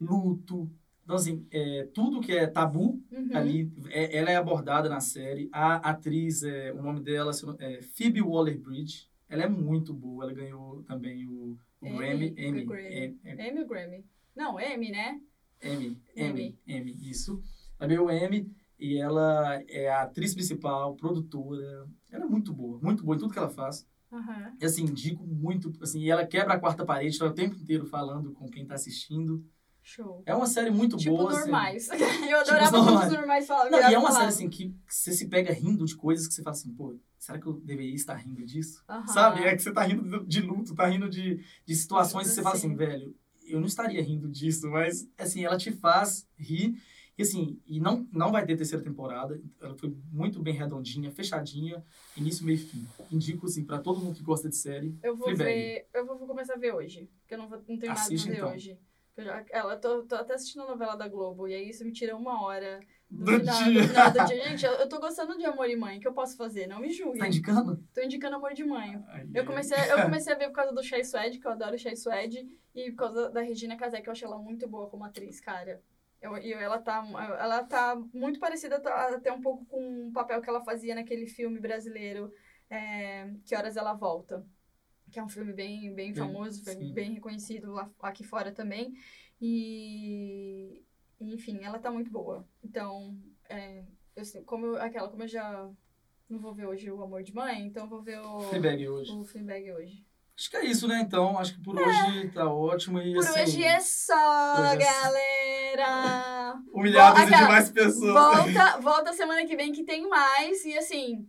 B: luto. Então, assim, é, tudo que é tabu
A: assistiram. Uhum.
B: ali, é- ela é abordada na série. A atriz, é, o nome dela se eu não- é Phoebe Waller-Bridge. Ela é muito boa. Ela ganhou também o, o
A: Emmy,
B: Grammy. Emmy, é,
A: Grammy.
B: Em- em-
A: Emmy ou Grammy? Não, Emmy, né?
B: M, M,
A: M.
B: M, isso. Ela ganhou o M e ela é a atriz principal, produtora. Ela é muito boa, muito boa em tudo que ela faz.
A: Aham.
B: E assim, indico muito, assim, e ela quebra a quarta parede, está o tempo inteiro falando com quem tá assistindo.
A: Show.
B: É uma série muito
A: tipo
B: boa. assim.
A: normais. eu adorava quando
B: normais.
A: os normais falavam.
B: Não, e é
A: viravam
B: uma série
A: palavra.
B: assim que você se pega rindo de coisas que você fala assim, pô, será que eu deveria estar rindo disso?
A: Aham.
B: Sabe? É que você tá rindo de luto, tá rindo de, de situações que você fala assim,
A: Sim.
B: velho, eu não estaria rindo disso, mas assim, ela te faz rir. E assim, e não, não vai ter terceira temporada. Ela foi muito bem redondinha, fechadinha, início, meio e fim. Indico, assim, pra todo mundo que gosta de série.
A: Eu vou
B: Fleabag.
A: ver. Eu vou, vou começar a ver hoje. Porque eu não, vou, não tenho nada
B: Assiste,
A: pra ver
B: então.
A: hoje. Eu já- ela, tô, tô até assistindo a novela da Globo. E aí isso me tira uma hora do,
B: Do
A: final,
B: dia.
A: do final do dia. Gente, eu, eu tô gostando de amor e mãe. O que eu posso fazer? Não me
B: Tá
A: julguem.
B: indicando?
A: Tô indicando amor de mãe.
B: Aí,
A: Eu comecei, eu comecei a ver por causa do Shai Suede, que eu adoro o Shai Suede, e por causa da Regina Casé, que eu achei ela muito boa como atriz, cara. Eu, e ela tá, ela tá muito parecida tá, até um pouco com o papel que ela fazia naquele filme brasileiro, é, Que Horas Ela Volta. Que é um filme bem, bem
B: Bem,
A: famoso, foi
B: sim.
A: bem reconhecido lá, aqui fora também. E, enfim, ela tá muito boa. Então, é, eu, sei- como eu- aquela, como eu já não vou ver hoje o Amor de Mãe, então eu vou ver o
B: Fleabag hoje.
A: o Fleabag hoje.
B: Acho que é isso, né? Então, acho que por hoje tá ótimo. E,
A: É. Por
B: assim,
A: hoje é só,
B: hoje é só.
A: galera!
B: Humilhados
A: Bom,
B: de
A: aquela-
B: demais pessoas.
A: volta, volta semana que vem que tem mais. E assim,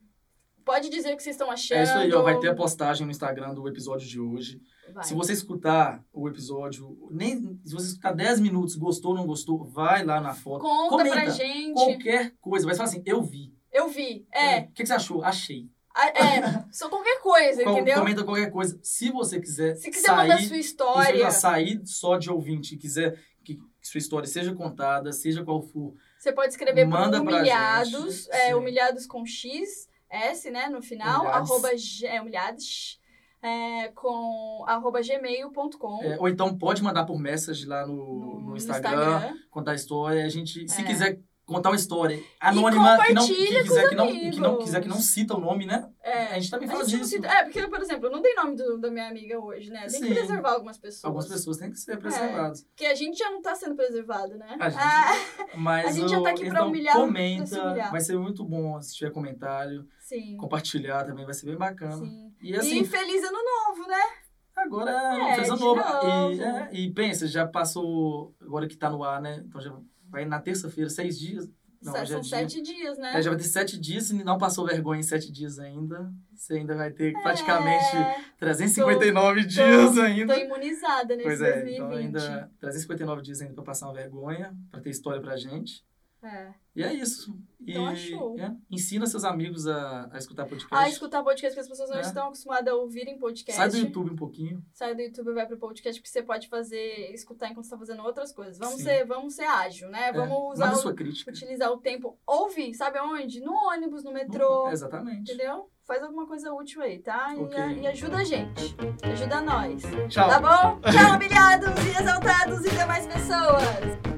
A: pode dizer o que vocês estão achando.
B: É isso aí, ó. Vai ter a postagem no Instagram do episódio de hoje.
A: Vai.
B: Se você escutar o episódio, nem se você escutar 10 minutos, gostou ou não gostou, vai lá na foto.
A: Conta
B: comenta.
A: pra gente.
B: Qualquer coisa. Vai falar assim, eu vi.
A: Eu vi. É,
B: O que, que você achou? Achei.
A: a- é. Só qualquer coisa,
B: Co-
A: entendeu?
B: Comenta qualquer coisa. Se você quiser
A: Se quiser
B: sair,
A: mandar sua
B: se você
A: história,
B: já sair só de ouvinte e quiser que que sua história seja contada, seja qual for,
A: você pode escrever
B: manda
A: por
B: pra
A: humilhados.
B: gente,
A: é,
B: sim.
A: humilhados com X, S, né? No final.
B: Humilhados.
A: Arroba g- é, humilhados. é, com arroba gmail.com.
B: é, ou então pode mandar por message lá no, no Instagram. contar a história. A gente, se
A: É.
B: quiser contar uma história anônima, que não, que
A: compartilha com
B: quiser,
A: os
B: que não, que não
A: amigos.
B: quiser que não cita o nome, né?
A: É.
B: A gente também
A: A
B: fala
A: gente não
B: disso.
A: cita- É, porque, por exemplo, eu não dei nome do- da minha amiga hoje, né? Tem que
B: Sim.
A: preservar algumas pessoas.
B: Algumas pessoas têm que
A: É.
B: ser preservadas.
A: Porque a gente já não tá sendo preservado, né?
B: A gente-
A: Ah,
B: Mas
A: A gente já tá aqui pra
B: então,
A: humilhar, pra se
B: comenta.
A: humilhar.
B: Vai ser muito bom se tiver comentário.
A: sim.
B: Compartilhar também vai ser bem bacana.
A: sim.
B: E assim,
A: E feliz ano novo, né?
B: agora é
A: É,
B: uma coisa
A: de
B: nova. E,
A: novo.
B: é, e pensa, já passou, agora que tá no ar, né? Então já vai na terça-feira, seis dias. Não,
A: Sa-
B: hoje é
A: São
B: dia.
A: sete dias, né?
B: É, já vai ter sete dias, se não passou vergonha em sete dias ainda. Você ainda vai ter praticamente
A: É,
B: 359 dias
A: tô
B: ainda.
A: imunizada nesse
B: Pois é,
A: 2020.
B: então ainda 359 dias ainda pra passar uma vergonha, pra ter história pra gente.
A: É.
B: E é isso. E,
A: Então, achou.
B: é, ensina seus amigos a, a escutar podcast.
A: Ah, escutar podcast que as pessoas não
B: É.
A: estão acostumadas a ouvir em podcast.
B: Sai do YouTube um pouquinho.
A: Sai do YouTube e vai pro podcast, porque você pode fazer, escutar enquanto você tá fazendo outras coisas. Vamos,
B: Sim.
A: ser, vamos ser ágil, né?
B: É,
A: Vamos usar
B: Manda
A: o
B: sua crítica.
A: utilizar o tempo. Ouvir, sabe aonde? No ônibus, no metrô,
B: Exatamente.
A: entendeu? Faz alguma coisa útil aí, tá? E,
B: Ok.
A: a- e ajuda a gente. Ajuda nós.
B: Tchau.
A: Tá bom? Tchau, humilhados e exaltados e demais pessoas!